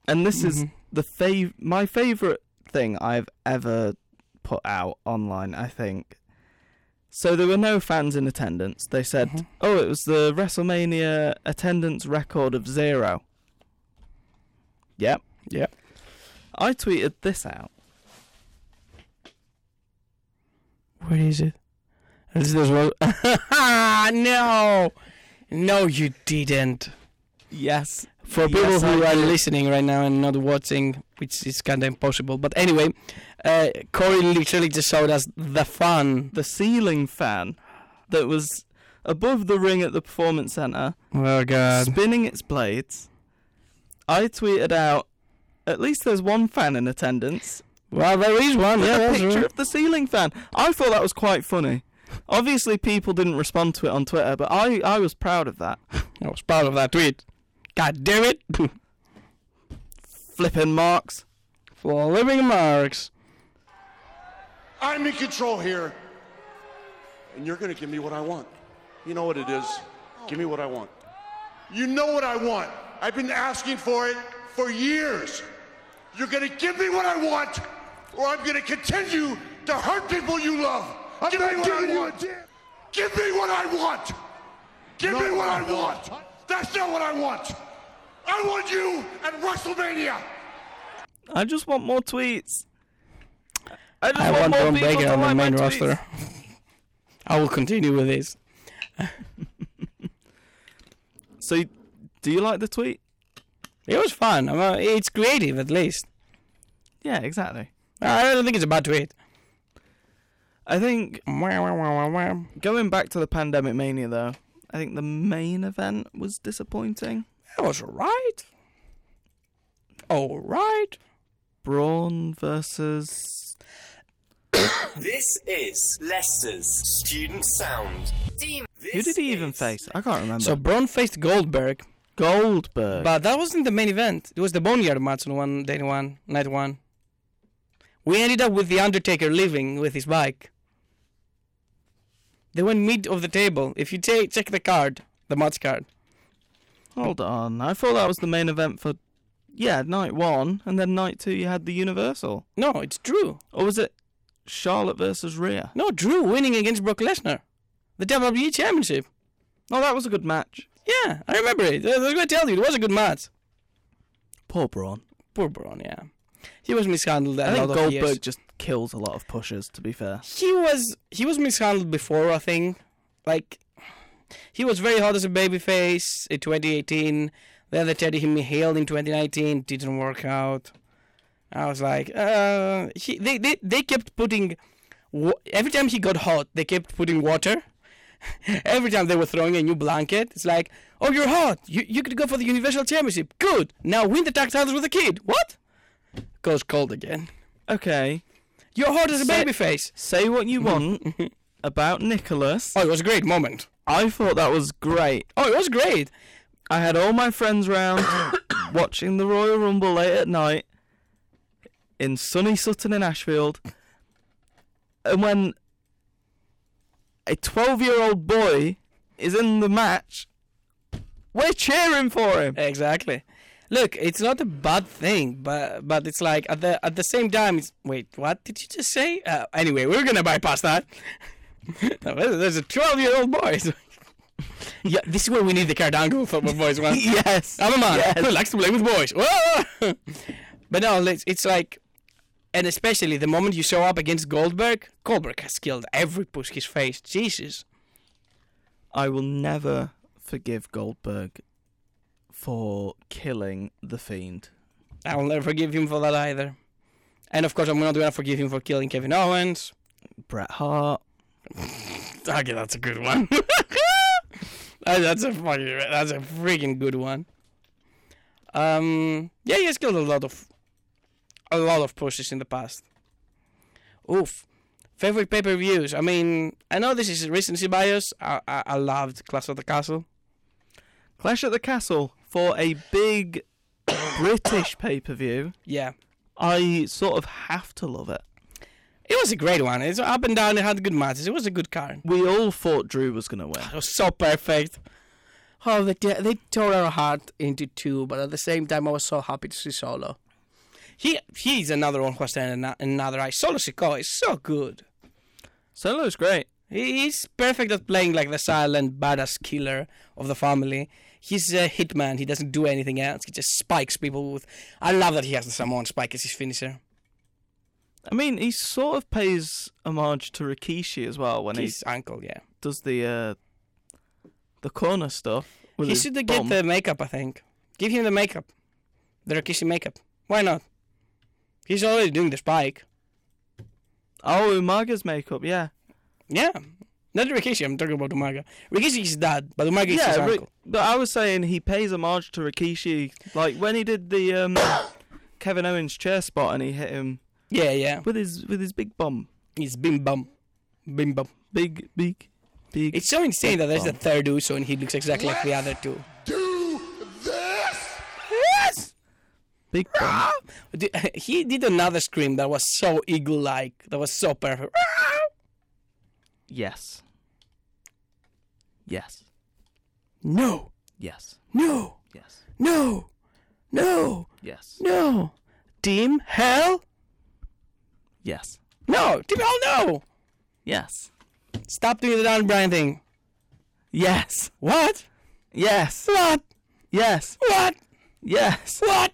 [SPEAKER 1] and this is the fav- my favorite thing I've ever put out online, I think. So there were no fans in attendance. They said, "Oh, it was the WrestleMania attendance record of zero. Yep.
[SPEAKER 2] Yeah.
[SPEAKER 1] I tweeted this out.
[SPEAKER 2] Where is it? This is what. no, no, you didn't.
[SPEAKER 1] Yes.
[SPEAKER 2] For people who are listening right now and not watching, which is kind of impossible. But anyway, uh, Corey literally just showed us the fun.
[SPEAKER 1] the ceiling fan that was above the ring at the performance center
[SPEAKER 2] Oh god.
[SPEAKER 1] spinning its blades. I tweeted out, at least there's one fan in attendance.
[SPEAKER 2] Well, there is one. Yeah,
[SPEAKER 1] a
[SPEAKER 2] that's
[SPEAKER 1] picture
[SPEAKER 2] right.
[SPEAKER 1] of the ceiling fan. I thought that was quite funny. Obviously, people didn't respond to it on Twitter, but I, I was proud of that.
[SPEAKER 2] I was proud of that tweet. God damn it!
[SPEAKER 1] Flipping marks.
[SPEAKER 2] For living marks.
[SPEAKER 6] I'm in control here, and you're going to give me what I want. You know what it is. Give me what I want. You know what I want. I've been asking for it for years. You're going to give me what I want, or I'm going to continue to hurt people you love. give me what I want. Give me what I want. Give me what I want. That's not what I want. I want you at WrestleMania.
[SPEAKER 1] I just want more tweets. I just
[SPEAKER 2] I
[SPEAKER 1] want,
[SPEAKER 2] want
[SPEAKER 1] more
[SPEAKER 2] Don
[SPEAKER 1] people
[SPEAKER 2] Baker
[SPEAKER 1] to
[SPEAKER 2] on the
[SPEAKER 1] like my
[SPEAKER 2] main
[SPEAKER 1] tweets.
[SPEAKER 2] roster. I will continue with this.
[SPEAKER 1] So, do you like the tweet?
[SPEAKER 2] It was fun. I mean, it's creative, at least.
[SPEAKER 1] Yeah, exactly.
[SPEAKER 2] I don't think it's a bad tweet.
[SPEAKER 1] I think
[SPEAKER 2] Wah, wah, wah, wah, wah.
[SPEAKER 1] Going back to the pandemic mania, though, I think the main event was disappointing.
[SPEAKER 2] That was alright. Alright.
[SPEAKER 1] Braun versus.
[SPEAKER 7] This is Leicester's Student Sound.
[SPEAKER 1] Who did he even face? I can't remember.
[SPEAKER 2] So Braun faced Goldberg,
[SPEAKER 1] Goldberg.
[SPEAKER 2] but that wasn't the main event. It was the Boneyard match on one day one, night one. We ended up with The Undertaker leaving with his bike. They went mid of the table. If you ta- check the card, the match card.
[SPEAKER 1] Hold on. I thought that was the main event for. Yeah, night one, and then night two, you had the Universal.
[SPEAKER 2] No, it's Drew.
[SPEAKER 1] Or was it Charlotte versus Rhea?
[SPEAKER 2] No, Drew winning against Brock Lesnar. The WWE Championship.
[SPEAKER 1] No, Oh, that was a good match.
[SPEAKER 2] Yeah, I remember it. I was going to tell you, it was a good match.
[SPEAKER 1] Poor Braun.
[SPEAKER 2] Poor Braun, yeah. He was mishandled a
[SPEAKER 1] I think
[SPEAKER 2] lot of
[SPEAKER 1] Goldberg
[SPEAKER 2] years.
[SPEAKER 1] just kills a lot of pushers, to be fair.
[SPEAKER 2] he was he was mishandled before I think. Like he was very hot as a babyface in 2018. Then they tried him healed in 2019. Didn't work out. I was like, uh, he, they they they kept putting wa- every time he got hot, they kept putting water. every time they were throwing a new blanket, it's like, oh, you're hot. You you could go for the Universal Championship. Good. Now win the tag titles with a kid. What? Goes cold again.
[SPEAKER 1] Okay.
[SPEAKER 2] You're hot as a
[SPEAKER 1] Say-
[SPEAKER 2] babyface.
[SPEAKER 1] Say what you want about Nicholas.
[SPEAKER 2] Oh, it was a great moment.
[SPEAKER 1] I thought that was great.
[SPEAKER 2] Oh, it was great.
[SPEAKER 1] I had all my friends round watching the Royal Rumble late at night in sunny Sutton in Ashfield. And when a 12 year old boy is in the match, we're cheering for him.
[SPEAKER 2] Exactly. Look, it's not a bad thing, but but it's like at the at the same time, it's wait, what did you just say? Uh, anyway, we're gonna bypass that. No, there's there's a twelve-year-old boy. yeah, this is where we need the Cardango football boys one.
[SPEAKER 1] Yes.
[SPEAKER 2] I'm a man who likes to play with boys. Whoa! but no, it's, it's like, and especially the moment you show up against Goldberg, Goldberg has killed every push he's faced. Jesus.
[SPEAKER 1] I will never forgive Goldberg for killing the Fiend.
[SPEAKER 2] I will never forgive him for that either. And of course, I'm not going to forgive him for killing Kevin Owens.
[SPEAKER 1] Bret Hart.
[SPEAKER 2] Okay, that's a good one. That- that's a fucking, that's a freaking good one. Um, yeah, he has killed a lot of, a lot of pushes in the past. Oof. Favorite pay per views. I mean, I know this is recency bias. I, I I loved Clash of the Castle.
[SPEAKER 1] Clash at the Castle for a big British pay per view.
[SPEAKER 2] Yeah,
[SPEAKER 1] I sort of have to love it.
[SPEAKER 2] it was a great one. It's up and down. It had good matches. It was a good card.
[SPEAKER 1] We all thought Drew was going to win.
[SPEAKER 2] It was so perfect. Oh, they, te- they tore our heart into two, but at the same time, I was so happy to see Solo. He He's another one who has turned ano- another eye. Solo Sikoa is so good.
[SPEAKER 1] Solo's great.
[SPEAKER 2] He- He's perfect at playing like the silent, badass killer of the family. He's a hitman. He doesn't do anything else. He just spikes people with. I love that he has the Samoan spike as his finisher.
[SPEAKER 1] I mean, he sort of pays homage to Rikishi as well when
[SPEAKER 2] His uncle, yeah.
[SPEAKER 1] he does the uh, the corner stuff. With
[SPEAKER 2] He
[SPEAKER 1] his
[SPEAKER 2] should
[SPEAKER 1] bomb.
[SPEAKER 2] get the makeup, I think. Give him the makeup. The Rikishi makeup. Why not? He's already doing the spike.
[SPEAKER 1] oh Umaga's makeup, yeah,
[SPEAKER 2] Yeah. Not Rikishi, I'm talking about Umaga. Rikishi is dad, but Umaga is his
[SPEAKER 1] yeah. Ri-
[SPEAKER 2] uncle.
[SPEAKER 1] but I was saying he pays homage to Rikishi, like when he did the um, Kevin Owens chair spot and he hit him
[SPEAKER 2] Yeah, yeah.
[SPEAKER 1] with his with his big bomb,
[SPEAKER 2] It's Bim Bum. Bim Bum.
[SPEAKER 1] big big big.
[SPEAKER 2] It's so insane that there's the third Uso and he looks exactly like the other two.
[SPEAKER 3] Do this!
[SPEAKER 2] Yes!
[SPEAKER 1] big bomb.
[SPEAKER 2] Ah! He did another scream that was so eagle like, that was so perfect.
[SPEAKER 1] Yes. Yes.
[SPEAKER 2] No!
[SPEAKER 1] Yes.
[SPEAKER 2] No!
[SPEAKER 1] Yes.
[SPEAKER 2] No! No!
[SPEAKER 1] Yes.
[SPEAKER 2] No! Team Hell?
[SPEAKER 1] Yes.
[SPEAKER 2] No! Team Hell, no!
[SPEAKER 1] Yes.
[SPEAKER 2] Stop doing the Don Bryan thing.
[SPEAKER 1] Yes.
[SPEAKER 2] What?
[SPEAKER 1] Yes.
[SPEAKER 2] What?
[SPEAKER 1] Yes.
[SPEAKER 2] What?
[SPEAKER 1] Yes.
[SPEAKER 2] What?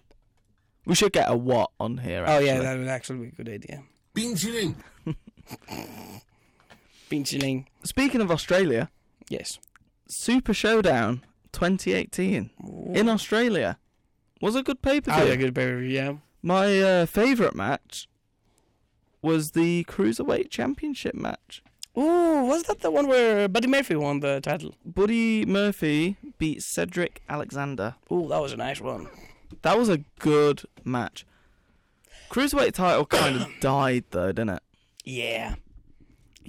[SPEAKER 1] We should get a what on here.
[SPEAKER 2] Oh, yeah,
[SPEAKER 1] actually.
[SPEAKER 2] that would actually be a good idea.
[SPEAKER 5] Pinchilin.
[SPEAKER 2] Pinchling.
[SPEAKER 1] Speaking of Australia,
[SPEAKER 2] Yes.
[SPEAKER 1] Super Showdown 2018 in Australia was a good pay per
[SPEAKER 2] Oh,
[SPEAKER 1] view.
[SPEAKER 2] yeah, good pay per view. Yeah.
[SPEAKER 1] My uh, favourite match was the Cruiserweight Championship match.
[SPEAKER 2] Ooh, was that the one where Buddy Murphy won the title?
[SPEAKER 1] Buddy Murphy beat Cedric Alexander.
[SPEAKER 2] Ooh, that was a nice one.
[SPEAKER 1] That was a good match. Cruiserweight title kind of died though, didn't it?
[SPEAKER 2] Yeah.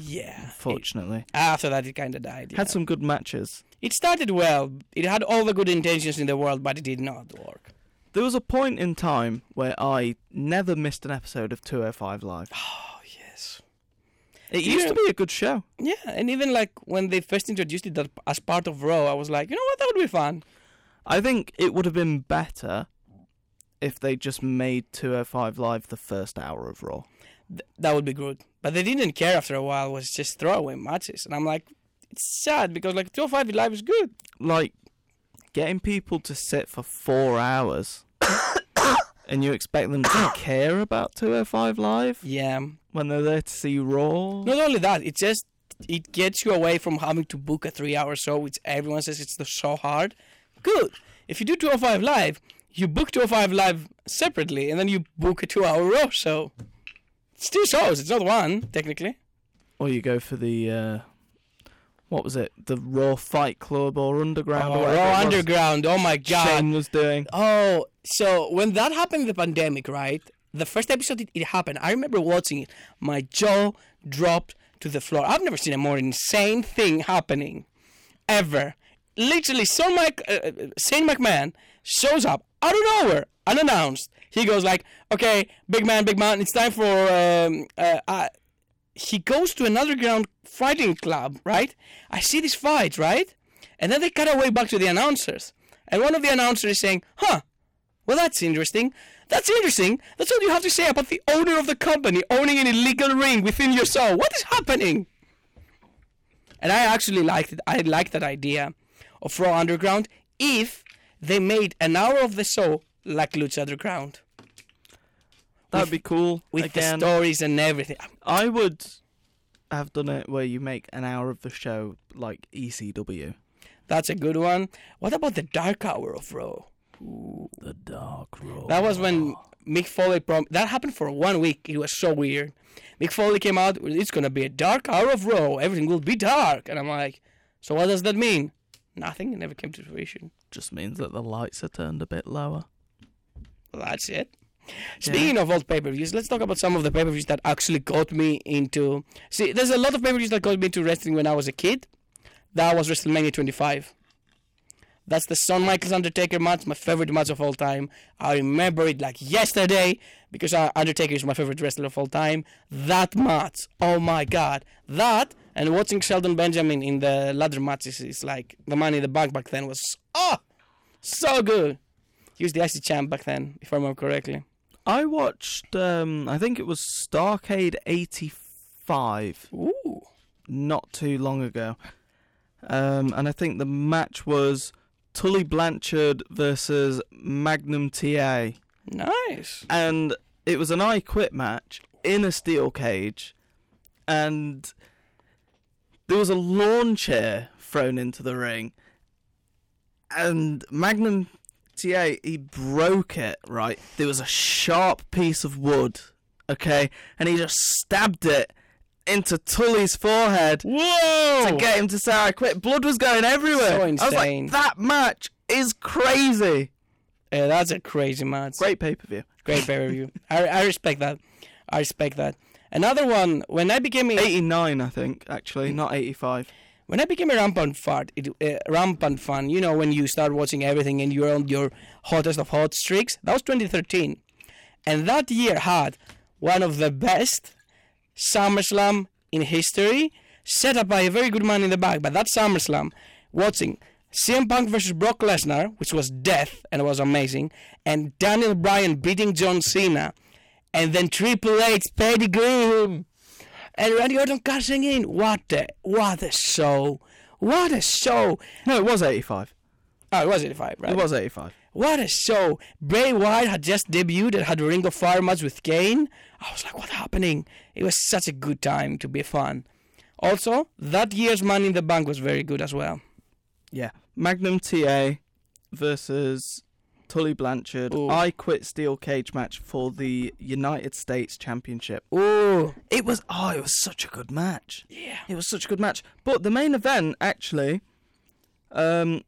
[SPEAKER 2] Yeah.
[SPEAKER 1] Fortunately,
[SPEAKER 2] After that, it kind of died. yeah.
[SPEAKER 1] had some good matches.
[SPEAKER 2] It started well. It had all the good intentions in the world, but it did not work.
[SPEAKER 1] There was a point in time where I never missed an episode of 205 Live.
[SPEAKER 2] Oh, Yes.
[SPEAKER 1] It used to be a good show.
[SPEAKER 2] Yeah, and even like when they first introduced it that- as part of Raw, I was like, you know what, that would be fun.
[SPEAKER 1] I think it would have been better if they just made 205 Live the first hour of Raw.
[SPEAKER 2] That would be good. But they didn't care after a while. It was just throwaway matches, and I'm like, it's sad because like 205 Live is good.
[SPEAKER 1] Like, getting people to sit for four hours and you expect them to care about 205 Live
[SPEAKER 2] Yeah.
[SPEAKER 1] when they're there to see Raw?
[SPEAKER 2] Not only that, it just it gets you away from having to book a three-hour show, which everyone says it's so hard. Good. If you do 205 live, you book 205 live separately, and then you book a two-hour row show. It's two shows. It's not one technically.
[SPEAKER 1] Or you go for the, uh, what was it? The Raw Fight Club or Underground or
[SPEAKER 2] Oh,
[SPEAKER 1] whatever
[SPEAKER 2] Raw
[SPEAKER 1] it was
[SPEAKER 2] Underground. Oh my God.
[SPEAKER 1] Shane was doing.
[SPEAKER 2] Oh, so when that happened in the pandemic, right? The first episode it, it happened, I remember watching it. My jaw dropped to the floor. I've never seen a more insane thing happening ever. Literally, so Mike, uh, uh, Shane McMahon shows up out of nowhere, unannounced. He goes like, "Okay, big man, big man, it's time for." Um, uh, uh, he goes to another ground fighting club, right? I see these fights, right? And then they cut away back to the announcers. And one of the announcers is saying, huh, Well, that's interesting. That's interesting. That's all you have to say about the owner of the company owning an illegal ring within your soul. What is happening? And I actually liked it. I liked that idea of Raw Underground if they made an hour of the show like Lucha Underground
[SPEAKER 1] That'd be cool.
[SPEAKER 2] with
[SPEAKER 1] Again,
[SPEAKER 2] the stories and everything.
[SPEAKER 1] I would have done it where you make an hour of the show like E ECW.
[SPEAKER 2] That's a good one. What about the Dark Hour of Raw?
[SPEAKER 1] The Dark Road.
[SPEAKER 2] That was when Mick Foley prom. That happened for one week. It was so weird. Mick Foley came out. It's gonna be a dark hour of Raw. Everything will be dark. And I'm like, so what does that mean? Nothing. It never came to fruition.
[SPEAKER 1] Just means that the lights are turned a bit lower.
[SPEAKER 2] Well, that's it. Speaking of old pay-per-views, let's talk about some of the pay-per-views that actually got me into. See, there's a lot of pay-per-views that got me into wrestling when I was a kid. That was WrestleMania 25. That's the Shawn Michaels Undertaker match, my favorite match of all time. I remember it like yesterday because uh, Undertaker is my favorite wrestler of all time. That match, oh my god, that and watching Sheldon Benjamin in the ladder matches is like the Money in the Bank back then was oh so good. He was the IC champ back then, if I remember correctly.
[SPEAKER 1] I watched, um, I think it was Starcade 85
[SPEAKER 2] Ooh.
[SPEAKER 1] not too long ago. Um, and I think the match was Tully Blanchard versus Magnum TA.
[SPEAKER 2] Nice.
[SPEAKER 1] and it was an I Quit match in a steel cage, and there was a lawn chair thrown into the ring, and Magnum TA he broke it right. There was a sharp piece of wood, okay, and he just stabbed it into Tully's forehead
[SPEAKER 2] Whoa!
[SPEAKER 1] to get him to say I quit. Blood was going everywhere.
[SPEAKER 2] So
[SPEAKER 1] I was
[SPEAKER 2] insane.
[SPEAKER 1] like, that match is
[SPEAKER 2] Yeah,
[SPEAKER 1] crazy.
[SPEAKER 2] Uh, that's a crazy match.
[SPEAKER 1] Great pay per view.
[SPEAKER 2] Great pay per view. I, I respect that. I respect that. Another one, when I became a,
[SPEAKER 1] 89, I think, actually, not 85.
[SPEAKER 2] when I became a rampant fan, it, uh, rampant fan, you know, when you start watching everything and you're on your hottest of hot streaks, that was 2013, and that year had one of the best SummerSlam in history, set up by a very good man in the back. But that SummerSlam, watching CM Punk versus Brock Lesnar, which was death and was amazing, and Daniel Bryan beating John Cena, and then Triple H pedigree him and Randy Orton cashing in. What a what a show! What a show!
[SPEAKER 1] No, it was 85.
[SPEAKER 2] Oh, it was 85, right?
[SPEAKER 1] It was 85.
[SPEAKER 2] What a show! Bray Wyatt had just debuted and had a Ring of Fire match with Kane. I was like, what's happening? It was such a good time to be a fan. Also, that year's Money in the Bank was very good as well.
[SPEAKER 1] Yeah. Magnum TA versus Tully Blanchard.
[SPEAKER 2] Ooh.
[SPEAKER 1] I quit steel cage match for the United States Championship.
[SPEAKER 2] Ooh,
[SPEAKER 1] It was oh, it was such a good match.
[SPEAKER 2] Yeah.
[SPEAKER 1] It was such a good match. But the main event actually um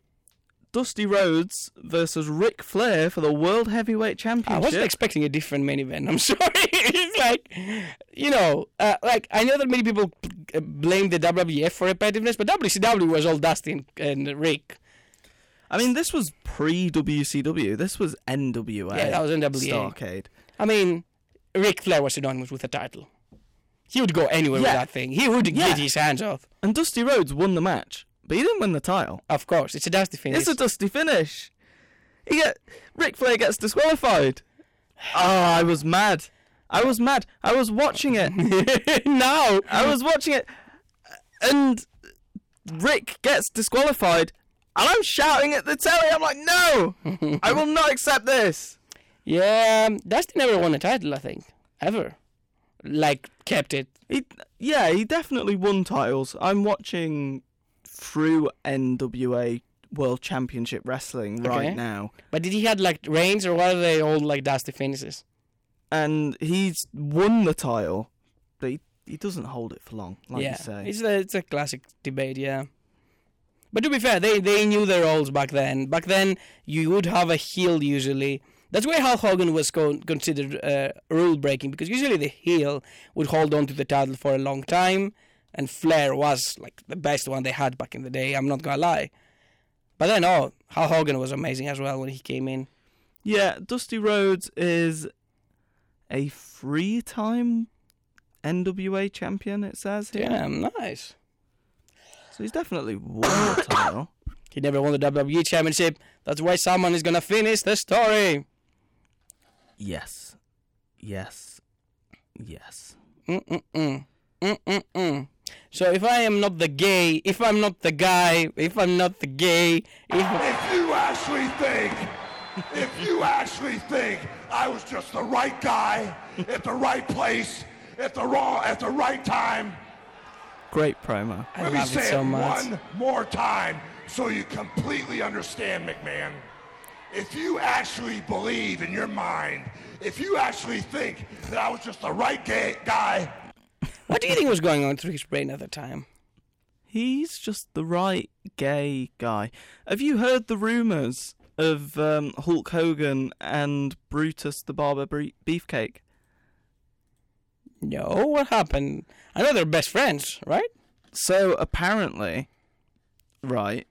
[SPEAKER 1] Dusty Rhodes versus Ric Flair for the World Heavyweight
[SPEAKER 2] I
[SPEAKER 1] Championship.
[SPEAKER 2] wasn't expecting a different main event. I'm sorry. it's like, you know, uh, like I know that many people uh, blame the WWF for repetitiveness, but WCW was all Dusty and, and Rick.
[SPEAKER 1] I mean, this was pre WCW. This was NWA.
[SPEAKER 2] Yeah, that was NWA.
[SPEAKER 1] Starcade.
[SPEAKER 2] I mean, Ric Flair was synonymous with the title. He would go anywhere with
[SPEAKER 1] Yeah.
[SPEAKER 2] that thing. He would
[SPEAKER 1] Yeah.
[SPEAKER 2] get his hands off.
[SPEAKER 1] And Dusty Rhodes won the match, but he didn't win the title.
[SPEAKER 2] Of course, it's a dusty finish.
[SPEAKER 1] It's a dusty finish. He get Ric Flair gets disqualified. Oh, I was mad. I was mad. I was watching it. no, I was watching it, and Rick gets disqualified, and I'm shouting at the telly. I'm like, no, I will not accept this.
[SPEAKER 2] yeah, um, Dusty never won a title, I think, ever. Like kept it.
[SPEAKER 1] He, yeah, he definitely won titles. I'm watching through NWA World Championship Wrestling
[SPEAKER 2] Okay.
[SPEAKER 1] right now.
[SPEAKER 2] But did he had like reigns or what are they all like dusty finishes?
[SPEAKER 1] and he's won the title, but he, he doesn't hold it for long, like
[SPEAKER 2] yeah,
[SPEAKER 1] you say.
[SPEAKER 2] it's a it's a classic debate. Yeah, but to be fair, they they knew their roles back then. Back then, you would have a heel usually. That's why Hulk Hogan was con- considered uh, rule breaking because usually the heel would hold on to the title for a long time, and Flair was like the best one they had back in the day. I'm not gonna lie. But then, oh, Hulk Hogan was amazing as well when he came in.
[SPEAKER 1] Yeah, Dusty Rhodes is a three time NWA champion, it says here.
[SPEAKER 2] Yeah, nice.
[SPEAKER 1] So he's definitely won the title.
[SPEAKER 2] E He never won the WWE Championship. That's why someone is gonna finish the story.
[SPEAKER 1] Yes. Yes. Yes.
[SPEAKER 2] Mm-mm. Mm-mm-mm. So if I am not the gay, if I'm not the guy, if I'm not the gay, if
[SPEAKER 3] If you actually think, if you actually think I was just the right guy at the right place at the wrong at the right time,
[SPEAKER 1] Great promo.
[SPEAKER 2] I
[SPEAKER 3] let me
[SPEAKER 2] love it
[SPEAKER 3] say
[SPEAKER 2] so much.
[SPEAKER 3] one more time so you completely understand, McMahon. If you actually believe in your mind, if you actually think that I was just the right gay guy,
[SPEAKER 2] What do you think was going on through his brain at the time?
[SPEAKER 1] He's just the right gay guy. Have you heard the rumours of um, Hulk Hogan and Brutus the Barber Bre- Beefcake?
[SPEAKER 2] No, what happened? I know they're best friends, right?
[SPEAKER 1] So apparently, right,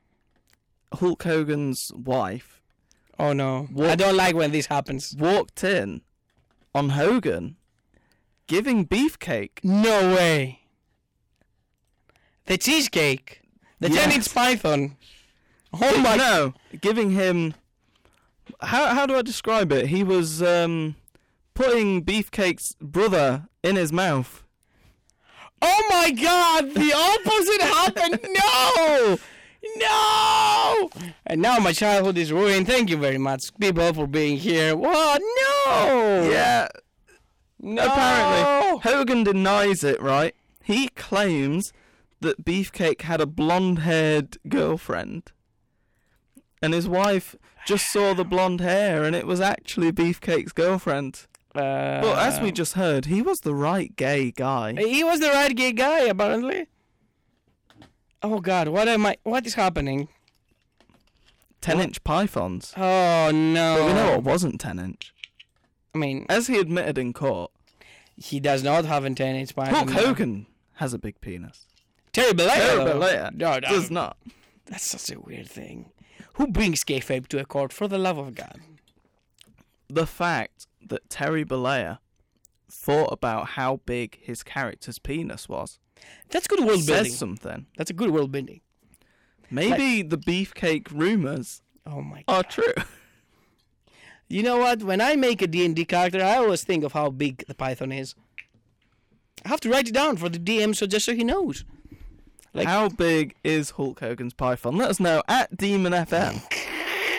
[SPEAKER 1] Hulk Hogan's wife
[SPEAKER 2] Oh no, I don't like when this happens.
[SPEAKER 1] walked in on Hogan giving Beefcake
[SPEAKER 2] No way. The cheesecake, the
[SPEAKER 1] Yes.
[SPEAKER 2] Chinese python. Oh my!
[SPEAKER 1] no, giving him how how do I describe it? He was um putting Beefcake's brother in his mouth.
[SPEAKER 2] Oh my God! The opposite happened. No, no. And now my childhood is ruined. Thank you very much, people, for being here. What? No.
[SPEAKER 1] Yeah,
[SPEAKER 2] No. Oh!
[SPEAKER 1] apparently Hogan denies it, right? He claims that Beefcake had a blonde-haired girlfriend. And his wife just saw the blonde hair and it was actually Beefcake's girlfriend.
[SPEAKER 2] Uh,
[SPEAKER 1] But as we just heard, he was the right gay guy.
[SPEAKER 2] He was the right gay guy, apparently. Oh God, what am I? What is happening?
[SPEAKER 1] 10-inch pythons.
[SPEAKER 2] Oh no!
[SPEAKER 1] But we know it wasn't 10-inch.
[SPEAKER 2] I mean,
[SPEAKER 1] As he admitted in court,
[SPEAKER 2] he does not have a ten-inch python.
[SPEAKER 1] Hulk
[SPEAKER 2] no.
[SPEAKER 1] Hogan has a big penis.
[SPEAKER 2] Terry Bollea.
[SPEAKER 1] Terry
[SPEAKER 2] though.
[SPEAKER 1] Bollea
[SPEAKER 2] Oh. No, no,
[SPEAKER 1] does not.
[SPEAKER 2] That's such a weird thing. Who brings kayfabe to a court for the love of God?
[SPEAKER 1] the fact that Terry Bollea thought about how big his character's penis was
[SPEAKER 2] That's good world building.
[SPEAKER 1] says something.
[SPEAKER 2] That's a good world building.
[SPEAKER 1] Maybe the beefcake rumors
[SPEAKER 2] Oh my God.
[SPEAKER 1] are true.
[SPEAKER 2] You know what? When I make a D&D character, I always think of how big the python is. I have to write it down for the DM so just so he knows. Like-
[SPEAKER 1] how big is Hulk Hogan's python? Let us know at Demon FM.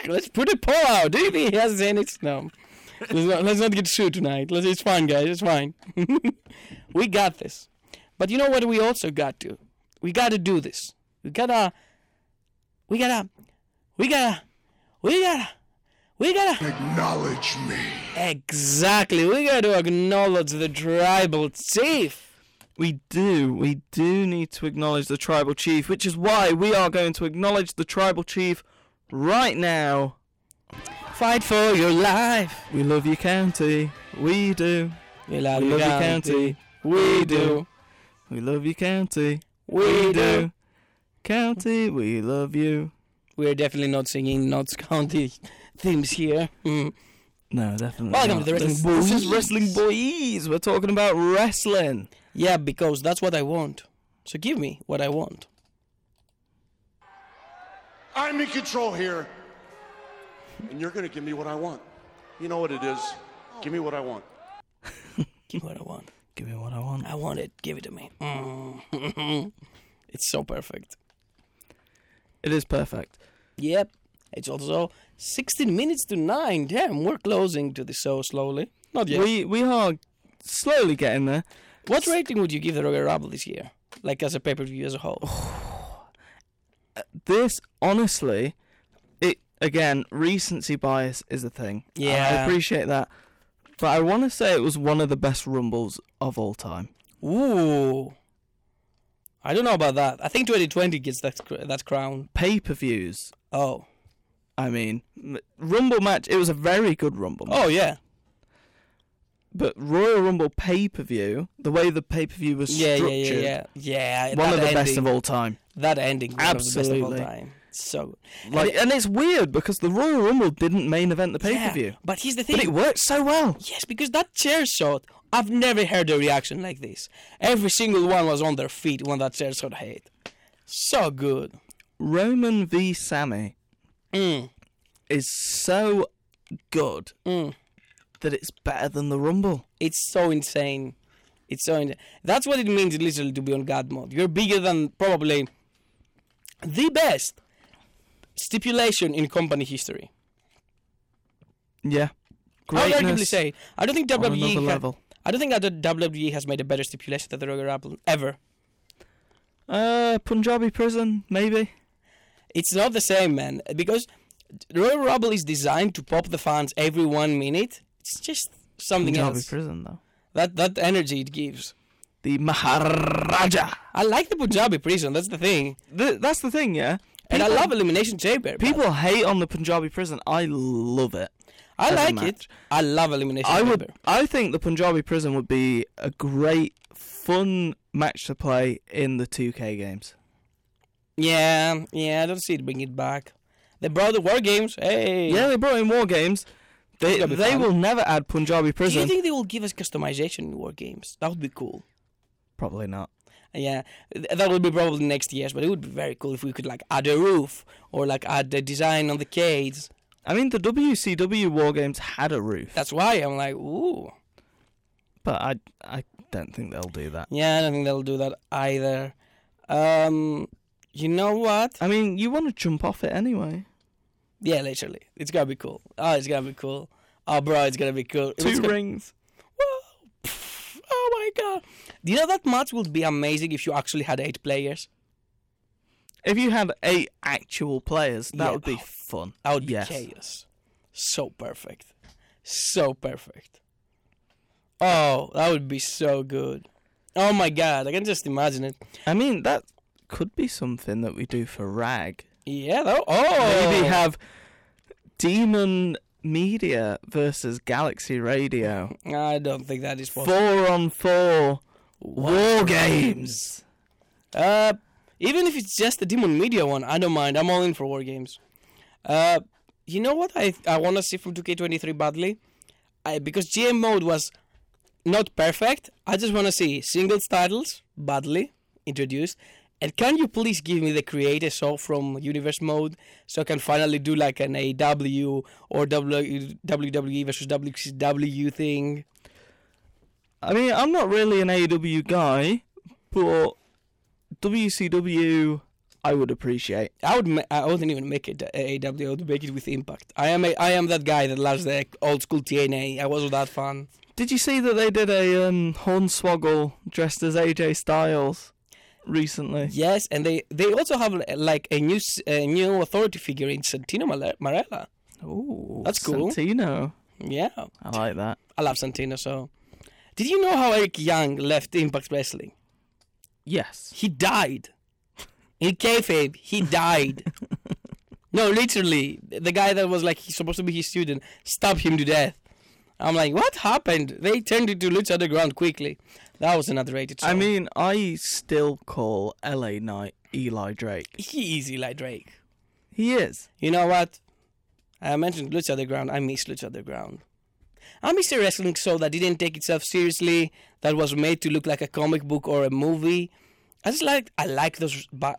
[SPEAKER 2] Let's put a poll out. Do you think he has ten inch? No. Let's not, let's not get sued tonight. Let's, it's fine, guys. It's fine. we got this. But you know what? We also got to. We got to do this. We gotta. We gotta. We gotta. We gotta. We gotta.
[SPEAKER 3] acknowledge me.
[SPEAKER 2] Exactly. We gotta acknowledge the tribal chief.
[SPEAKER 1] We do, we do need to acknowledge the tribal chief, which is why we are going to acknowledge the tribal chief right now.
[SPEAKER 2] Fight for your life.
[SPEAKER 1] We love you, county. We do.
[SPEAKER 2] We love,
[SPEAKER 1] We
[SPEAKER 2] your
[SPEAKER 1] love you, county.
[SPEAKER 2] We do.
[SPEAKER 1] We love you, county.
[SPEAKER 2] We do.
[SPEAKER 1] County, we love you.
[SPEAKER 2] We're definitely not singing Notts County themes here.
[SPEAKER 1] No, definitely.
[SPEAKER 2] Welcome
[SPEAKER 1] not.
[SPEAKER 2] to the Wrestling
[SPEAKER 1] This- This is
[SPEAKER 2] Boys.
[SPEAKER 1] Wrestling Boys. We're talking about wrestling.
[SPEAKER 2] Yeah, because that's what I want. So give me what I want.
[SPEAKER 6] I'm in control here. And you're going to give me what I want. You know what it is. Give me what I want.
[SPEAKER 2] Give me what I want.
[SPEAKER 1] Give me what I want.
[SPEAKER 2] I want it. Give it to me. Mm. it's so perfect.
[SPEAKER 1] It is perfect.
[SPEAKER 2] Yep. It's also 16 minutes to 9. Damn, we're closing to the show slowly. Not yet.
[SPEAKER 1] We we are slowly getting there.
[SPEAKER 2] what rating would you give the Royal Rumble this year? Like as a pay per view as a whole?
[SPEAKER 1] This honestly, it again recency bias is a thing. I
[SPEAKER 2] Yeah.
[SPEAKER 1] appreciate that, but I want to say it was one of the best rumbles of all time.
[SPEAKER 2] Ooh. I don't know about that. I think 2020 gets that, cr- that crown.
[SPEAKER 1] Pay per views.
[SPEAKER 2] Oh.
[SPEAKER 1] I mean, m- rumble match. It was a very good rumble. match.
[SPEAKER 2] Oh, yeah.
[SPEAKER 1] but Royal Rumble pay per view, the way the pay per view was
[SPEAKER 2] Yeah, yeah,
[SPEAKER 1] structured,
[SPEAKER 2] yeah, yeah. Yeah.
[SPEAKER 1] one
[SPEAKER 2] that
[SPEAKER 1] of the best
[SPEAKER 2] ending-
[SPEAKER 1] of all time.
[SPEAKER 2] That ending was Absolutely. of the
[SPEAKER 1] Absolutely.
[SPEAKER 2] best of all time. So
[SPEAKER 1] Like, and it's weird because the Royal Rumble didn't main event the pay per view,
[SPEAKER 2] Yeah, but here's the thing.
[SPEAKER 1] but it worked so well.
[SPEAKER 2] yes, because that chair shot, I've never heard a reaction like this. Every single one was on their feet when that chair shot hit. So good.
[SPEAKER 1] Roman v.
[SPEAKER 2] Mm. Mm.
[SPEAKER 1] Sammy is so good that it's better than the Rumble.
[SPEAKER 2] It's so insane. It's so insane. That's what it means literally to be on God mode. You're bigger than probably the best stipulation in company history.
[SPEAKER 1] Yeah.
[SPEAKER 2] I would
[SPEAKER 1] Greatness.
[SPEAKER 2] arguably say I don't think WWE
[SPEAKER 1] another
[SPEAKER 2] ha-
[SPEAKER 1] level.
[SPEAKER 2] I don't think that WWE has made a better stipulation than the Royal Rumble ever.
[SPEAKER 1] Uh, Punjabi prison, maybe.
[SPEAKER 2] It's not the same, man, because Royal Rumble is designed to pop the fans every one minute. It's just something
[SPEAKER 1] Punjabi
[SPEAKER 2] else.
[SPEAKER 1] prison, though.
[SPEAKER 2] That that energy it gives.
[SPEAKER 1] The Maharaja.
[SPEAKER 2] I like the Punjabi prison. That's the thing,
[SPEAKER 1] Th- that's the thing, yeah.
[SPEAKER 2] and I
[SPEAKER 1] People-
[SPEAKER 2] love Elimination Chamber. but
[SPEAKER 1] People hate on the Punjabi prison. I love it.
[SPEAKER 2] I
[SPEAKER 1] as a
[SPEAKER 2] like
[SPEAKER 1] match.
[SPEAKER 2] it. I love Elimination
[SPEAKER 1] I
[SPEAKER 2] Chamber.
[SPEAKER 1] would. I think the Punjabi prison would be a great, fun match to play in the 2K games.
[SPEAKER 2] Yeah, yeah. I don't see it bringing it back. They brought the war games. Hey,
[SPEAKER 1] Yeah, they brought in war games. They
[SPEAKER 2] That'd be
[SPEAKER 1] they
[SPEAKER 2] fun.
[SPEAKER 1] will never add Punjabi
[SPEAKER 2] Do you
[SPEAKER 1] prison.
[SPEAKER 2] think they will give us customization in war games? That would be cool.
[SPEAKER 1] Probably not.
[SPEAKER 2] Yeah, th- that would be probably next year's, but it would be very cool if we could like add a roof or like add a design on the cage.
[SPEAKER 1] I mean, the WCW war games had a roof,
[SPEAKER 2] That's why I'm like, ooh.
[SPEAKER 1] but I I don't think they'll do that.
[SPEAKER 2] Yeah, I don't think they'll do that either. Um, you know what?
[SPEAKER 1] I mean, you want to jump off it anyway.
[SPEAKER 2] Yeah, literally, it's gonna be cool. Oh, it's gonna be cool. Oh, bro, it's gonna be cool. It's
[SPEAKER 1] Two
[SPEAKER 2] gonna-
[SPEAKER 1] rings.
[SPEAKER 2] Oh my god! Do you know that match would be amazing if you actually had eight players?
[SPEAKER 1] If you had eight actual players, that
[SPEAKER 2] Yeah.
[SPEAKER 1] would be
[SPEAKER 2] Oh,
[SPEAKER 1] fun.
[SPEAKER 2] That would be
[SPEAKER 1] Yes.
[SPEAKER 2] chaos. So perfect. So perfect. Oh, that would be so good. Oh my god, I can just imagine it.
[SPEAKER 1] I mean, that could be something that we do for Rag.
[SPEAKER 2] Yeah, though. Oh,
[SPEAKER 1] Maybe have Demon Media versus Galaxy Radio.
[SPEAKER 2] I don't think that is possible.
[SPEAKER 1] Four on four war games.
[SPEAKER 2] Uh, even if it's just the Demon Media one, I don't mind. I'm all in for war games. Uh, you know what I I want to see from 2K23 badly, I, because GM mode was not perfect. I just want to see singles titles badly introduced. And can you please give me the creator show from Universe mode so I can finally do like an AW or W WWE versus WCW thing?
[SPEAKER 1] I mean, I'm not really an AEW guy, but WCW I would appreciate.
[SPEAKER 2] I would ma- I wouldn't even make it AW. I would make it with Impact. I am a, I am that guy that loves the old school TNA. I wasn't that fan.
[SPEAKER 1] Did you see that they did a um, Hornswoggle dressed as AJ Styles recently?
[SPEAKER 2] Yes, and they they also have uh, like a new s- a new authority figure in Santino Male- Marella.
[SPEAKER 1] Ooh,
[SPEAKER 2] That's cool.
[SPEAKER 1] Santino.
[SPEAKER 2] Yeah,
[SPEAKER 1] I like that.
[SPEAKER 2] I love Santino. So, did you know how Eric Young left Impact Wrestling?
[SPEAKER 1] Yes.
[SPEAKER 2] He died. In kayfabe, he died. no, literally, the guy that was like he's supposed to be his student stabbed him to death. I'm like, what happened? They turned it to Lucha Underground quickly. That was an underrated show.
[SPEAKER 1] I mean, I still call LA Knight Eli Drake.
[SPEAKER 2] he is Eli Drake.
[SPEAKER 1] He is.
[SPEAKER 2] You know what? I mentioned Lucha Underground. I miss Lucha Underground. I miss a wrestling show that didn't take itself seriously, that was made to look like a comic book or a movie. I just like I like those ba-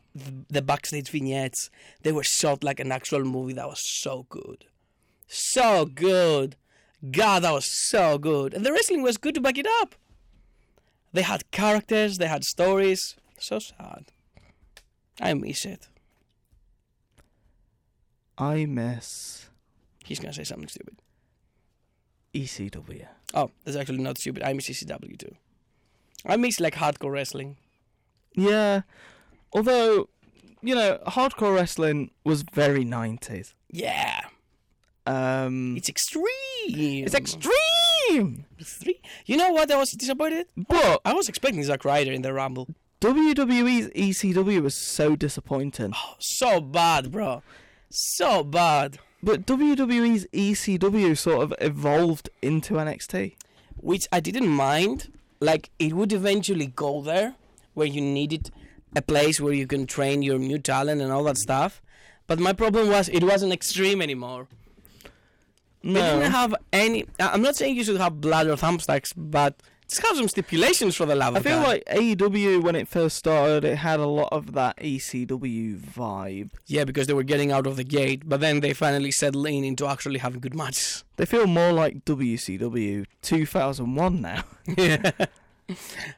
[SPEAKER 2] the backstage vignettes. They were shot like an actual movie. That was so good, so good. God, that was so good, and the wrestling was good to back it up. They had characters, they had stories. So sad. I miss it.
[SPEAKER 1] I miss E
[SPEAKER 2] He's gonna say something stupid.
[SPEAKER 1] ECW.
[SPEAKER 2] Oh, that's actually not stupid. I miss ECW too. I miss like hardcore wrestling.
[SPEAKER 1] Yeah. Although, you know, hardcore wrestling was very 90s.
[SPEAKER 2] Yeah,
[SPEAKER 1] Um,
[SPEAKER 2] it's extreme.
[SPEAKER 1] it's extreme!
[SPEAKER 2] extreme. You know what? I was disappointed.
[SPEAKER 1] But
[SPEAKER 2] I was expecting Zack Ryder in the Rumble.
[SPEAKER 1] WWE's ECW E was so disappointing.
[SPEAKER 2] So bad, bro. So bad.
[SPEAKER 1] But WWE's ECW E sort of evolved into NXT.
[SPEAKER 2] Which I didn't mind. Like it would eventually go there, where you needed a place where you can train your new talent and all that stuff. But my problem was it wasn't extreme anymore. They didn't have any. I- I'm not saying you should have blood or thumbstacks, but Just have some stipulations for the love
[SPEAKER 1] I
[SPEAKER 2] of
[SPEAKER 1] feel
[SPEAKER 2] God.
[SPEAKER 1] like AEW when it first started, it had a lot of that ECW vibe.
[SPEAKER 2] Yeah, because they were getting out of the gate, but then they finally settled in into actually having good matches.
[SPEAKER 1] They feel more like WCW 2001 now.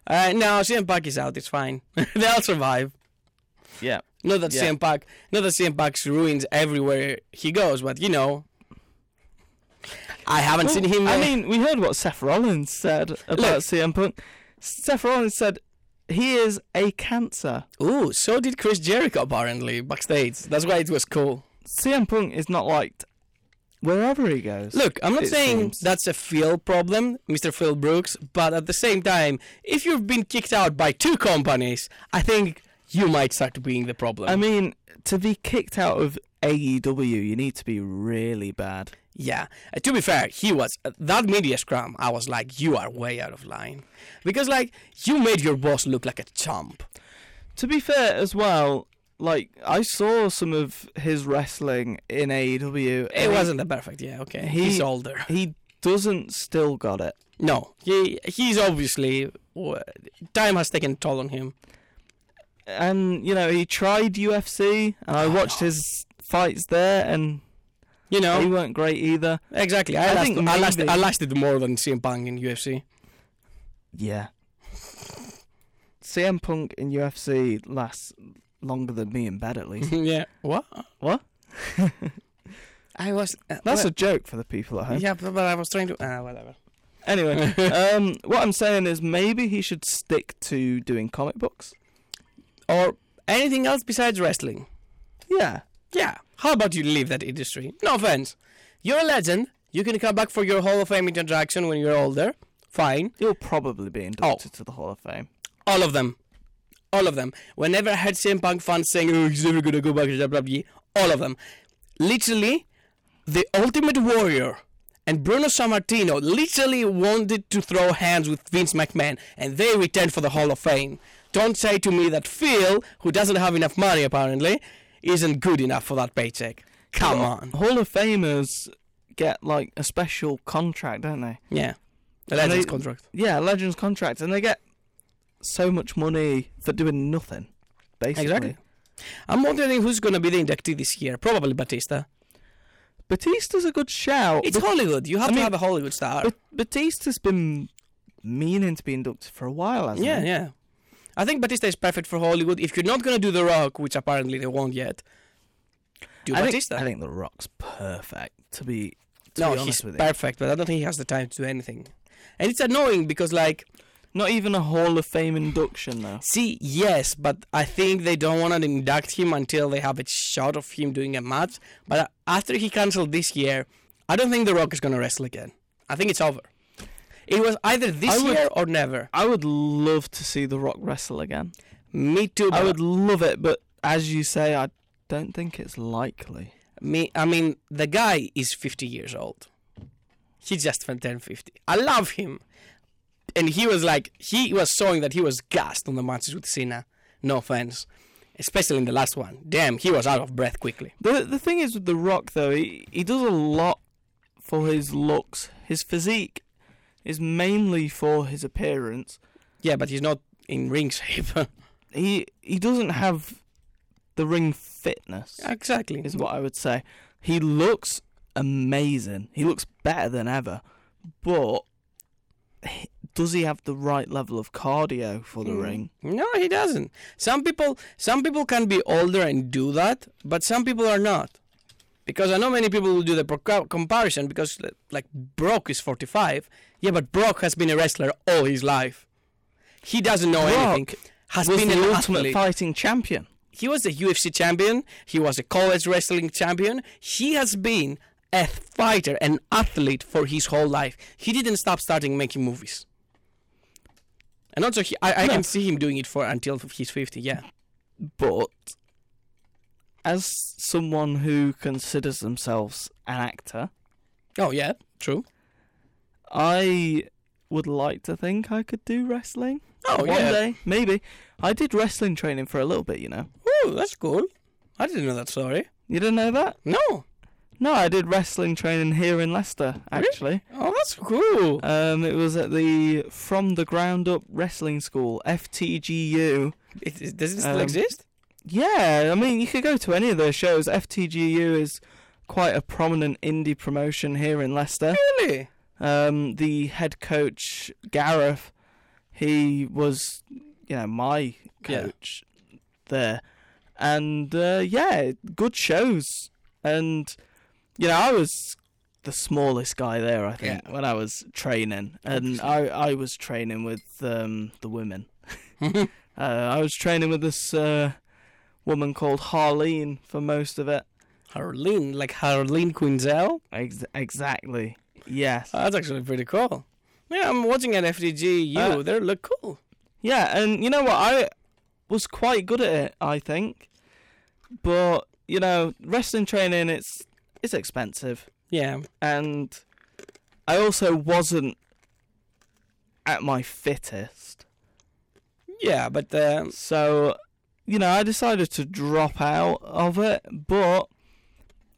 [SPEAKER 2] Uh, no, CM Punk is out. It's fine. They'll survive.
[SPEAKER 1] yeah.
[SPEAKER 2] Not that
[SPEAKER 1] Yeah.
[SPEAKER 2] CM Punk, not that CM Punk ruins everywhere he goes, but you know, I haven't seen him.
[SPEAKER 1] I
[SPEAKER 2] uh,
[SPEAKER 1] mean, we heard what Seth Rollins said about CM Punk. Seth Rollins said he is a cancer.
[SPEAKER 2] ooh, so did Chris Jericho apparently backstage. That's why it was cool.
[SPEAKER 1] CM Punk is not liked wherever he goes.
[SPEAKER 2] Look, I'm not
[SPEAKER 1] it
[SPEAKER 2] saying
[SPEAKER 1] seems.
[SPEAKER 2] that's a Phil problem, Mr. Phil Brooks, but at the same time, if you've been kicked out by two companies, I think you might start being the problem.
[SPEAKER 1] I mean, to be kicked out of AEW, you need to be really bad.
[SPEAKER 2] Yeah. Uh, to be fair, he was uh, that media scrum. I was like, you are way out of line, because like you made your boss look like a chump.
[SPEAKER 1] To be fair, as well, like I saw some of his wrestling in AEW.
[SPEAKER 2] It wasn't the perfect. Yeah. Okay. he's older.
[SPEAKER 1] He doesn't still got it.
[SPEAKER 2] no. He he's obviously w- time has taken a toll on him.
[SPEAKER 1] And you know, he tried UFC, and I watched his fights there, and
[SPEAKER 2] You
[SPEAKER 1] they
[SPEAKER 2] know.
[SPEAKER 1] weren't great either.
[SPEAKER 2] Exactly. I,
[SPEAKER 1] I
[SPEAKER 2] last,
[SPEAKER 1] think
[SPEAKER 2] I, lasted,
[SPEAKER 1] maybe-
[SPEAKER 2] I lasted more than CM Punk in UFC.
[SPEAKER 1] Yeah. CM Punk in UFC lasts longer than me in bed, at least.
[SPEAKER 2] yeah. What?
[SPEAKER 1] what?
[SPEAKER 2] I was. Uh,
[SPEAKER 1] That's a joke for the people at home.
[SPEAKER 2] Yeah, but, but I was trying to. Ah, whatever.
[SPEAKER 1] Anyway, um, what I'm saying is maybe he should stick to doing comic books.
[SPEAKER 2] Or anything else besides wrestling.
[SPEAKER 1] Yeah.
[SPEAKER 2] Yeah. How about you leave that industry? No offense. You're a legend. You can come back for your Hall of Fame introduction when you're older. Fine.
[SPEAKER 1] He'll probably be inducted to the Hall of Fame.
[SPEAKER 2] All of them. All of them. Whenever I heard CM Punk fans saying, oh, he's never going to go back to WWE, all of them. Literally, the Ultimate Warrior and Bruno Sammartino literally wanted to throw hands with Vince McMahon, and they returned for the Hall of Fame. Don't say to me that Phil, who doesn't have enough money apparently, isn't good enough for that paycheck. Come on.
[SPEAKER 1] Hall of Famers get like a special contract, don't they?
[SPEAKER 2] Yeah. The Legends
[SPEAKER 1] they-
[SPEAKER 2] contract.
[SPEAKER 1] Yeah, Legends contract, and they get so much money for doing nothing, basically.
[SPEAKER 2] Exactly. I'm wondering who's going to be the inductee this year. Probably Batista.
[SPEAKER 1] Batista's a good shout.
[SPEAKER 2] It's Hollywood. You have to
[SPEAKER 1] mean-
[SPEAKER 2] have a Hollywood star.
[SPEAKER 1] But Batista's been meaning to be inducted for a while, hasn't
[SPEAKER 2] yeah,
[SPEAKER 1] he?
[SPEAKER 2] yeah. I think Batista is perfect for Hollywood. If you're not going to do The Rock, which apparently they won't yet, do
[SPEAKER 1] I think,
[SPEAKER 2] Batista.
[SPEAKER 1] I think The Rock's perfect, to be, to
[SPEAKER 2] no,
[SPEAKER 1] be honest
[SPEAKER 2] he's
[SPEAKER 1] with you.
[SPEAKER 2] perfect, but I don't think he has the time to do anything. And it's annoying because, like,
[SPEAKER 1] Not even a Hall of Fame induction, though.
[SPEAKER 2] see, yes, but I think they don't want to induct him until they have a shot of him doing a match. But after he cancelled this year, I don't think The Rock is going to wrestle again. I think it's over. It was either this
[SPEAKER 1] I would-
[SPEAKER 2] year or never.
[SPEAKER 1] I would love to see The Rock wrestle again.
[SPEAKER 2] Me too.
[SPEAKER 1] I
[SPEAKER 2] but-
[SPEAKER 1] would love it, but as you say, I don't think it's likely.
[SPEAKER 2] Me, I mean, the guy is 50 years old. He just turned 50. I love him. And he was like, he was showing that he was gassed on the matches with Cena. No offense. Especially in the last one. Damn, he was out of breath quickly.
[SPEAKER 1] The the thing is with The Rock though, he, he does a lot for his looks. His physique is mainly for his appearance.
[SPEAKER 2] Yeah, but he's not in ring shape.
[SPEAKER 1] He he doesn't have the ring fitness
[SPEAKER 2] exactly.
[SPEAKER 1] is what I would say. He looks amazing. He looks better than ever. But he- does he have the right level of cardio for the
[SPEAKER 2] Hmm.
[SPEAKER 1] ring?
[SPEAKER 2] No, he doesn't. Some people, some people can be older and do that, but some people are not. Because I know many people will do the proca- comparison because li- like Brock is 45. Yeah, but Brock has been a wrestler all his life. He doesn't know anything.
[SPEAKER 1] Brock
[SPEAKER 2] Has
[SPEAKER 1] Was
[SPEAKER 2] been
[SPEAKER 1] the
[SPEAKER 2] an
[SPEAKER 1] ultimate
[SPEAKER 2] athlete.
[SPEAKER 1] fighting champion.
[SPEAKER 2] he was a UFC champion. He was a college wrestling champion. He has been a fighter, an athlete for his whole life. He didn't stop starting making movies. And also, he, I, I
[SPEAKER 1] No.
[SPEAKER 2] can see him doing it for until he's 50. Yeah.
[SPEAKER 1] but as someone who considers themselves an actor,
[SPEAKER 2] Oh yeah, true.
[SPEAKER 1] I would like to think I could do wrestling.
[SPEAKER 2] Oh,
[SPEAKER 1] one
[SPEAKER 2] yeah.
[SPEAKER 1] day, maybe. I did wrestling training for a little bit, you know.
[SPEAKER 2] Oh, that's cool. I didn't know that story.
[SPEAKER 1] You didn't know that?
[SPEAKER 2] No.
[SPEAKER 1] No, I did wrestling training here in Leicester, actually.
[SPEAKER 2] Oh, that's cool.
[SPEAKER 1] Um, it was at the From the Ground Up Wrestling School, FTGU.
[SPEAKER 2] It, it- does it still
[SPEAKER 1] um,
[SPEAKER 2] exist?
[SPEAKER 1] Yeah, I mean, you could go to any of those shows. FTGU is quite a prominent indie promotion here in Leicester.
[SPEAKER 2] Really?
[SPEAKER 1] Um, the head coach, Gareth, he was, you know, my
[SPEAKER 2] Yeah.
[SPEAKER 1] coach there. And uh, yeah, good shows. And, you know, I was the smallest guy there, I think, when I was training. And I, I was training with um, the women. uh, I was training with this uh, woman called Harleen for most of it.
[SPEAKER 2] Harleen, like Harleen Quinzel.
[SPEAKER 1] Ex- exactly. Yes.
[SPEAKER 2] Oh, that's actually pretty cool. Yeah, I'm watching at FDGU.
[SPEAKER 1] Uh,
[SPEAKER 2] they look cool.
[SPEAKER 1] Yeah, and you know what? I was quite good at it, I think. But you know, wrestling training it's it's expensive,
[SPEAKER 2] Yeah.
[SPEAKER 1] and I also wasn't at my fittest.
[SPEAKER 2] Yeah, but um,
[SPEAKER 1] So, you know, I decided to drop out of it, but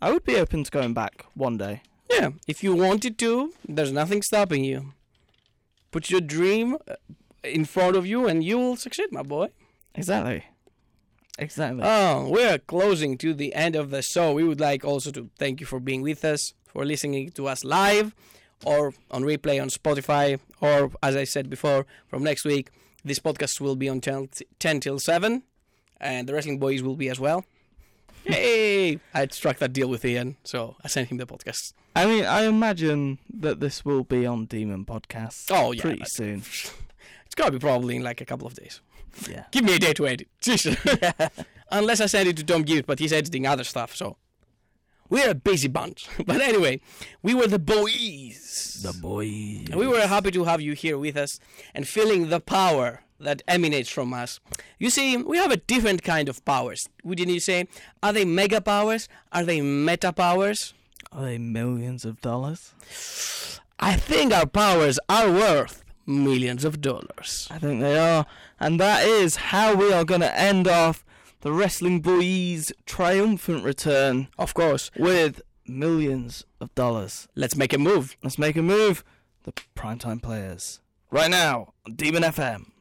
[SPEAKER 1] I would be open to going back one day.
[SPEAKER 2] yeah, if you wanted to, there's nothing stopping you. Put your dream uh, in front of you and you will succeed, my boy.
[SPEAKER 1] Exactly. Exactly.
[SPEAKER 2] Oh, we're closing to the end of the show. We would like also to thank you for being with us, for listening to us live or on replay on Spotify, or as I said before, from next week, this podcast will be on 10, 10 till 7, and the Wrestling Boys will be as well. Yay! I struck that deal with Ian, so I sent him the podcast.
[SPEAKER 1] I mean, I imagine that this will be on Demon Podcast.
[SPEAKER 2] Oh, yeah,
[SPEAKER 1] pretty
[SPEAKER 2] but-
[SPEAKER 1] soon.
[SPEAKER 2] It's gotta be probably in like a couple of days.
[SPEAKER 1] Yeah.
[SPEAKER 2] Give me a day to edit. Jesus. Unless I send it to Tom Gibbs, but he's editing other stuff, so. We're a busy bunch. But anyway, we were the boys. The boys. And we were happy to have you here with us and feeling the power that emanates from us. You see, we have a different kind of powers. Wouldn't you say? Are they mega powers? Are they meta powers?
[SPEAKER 1] Are they millions of dollars?
[SPEAKER 2] I think our powers are worth millions of dollars.
[SPEAKER 1] I think they are. And that is how we are going to end off the Wrestling Boys' triumphant return
[SPEAKER 2] Of course.
[SPEAKER 1] with millions of dollars.
[SPEAKER 2] Let's make a move.
[SPEAKER 1] Let's make a move. The primetime players. Right now on Demon FM.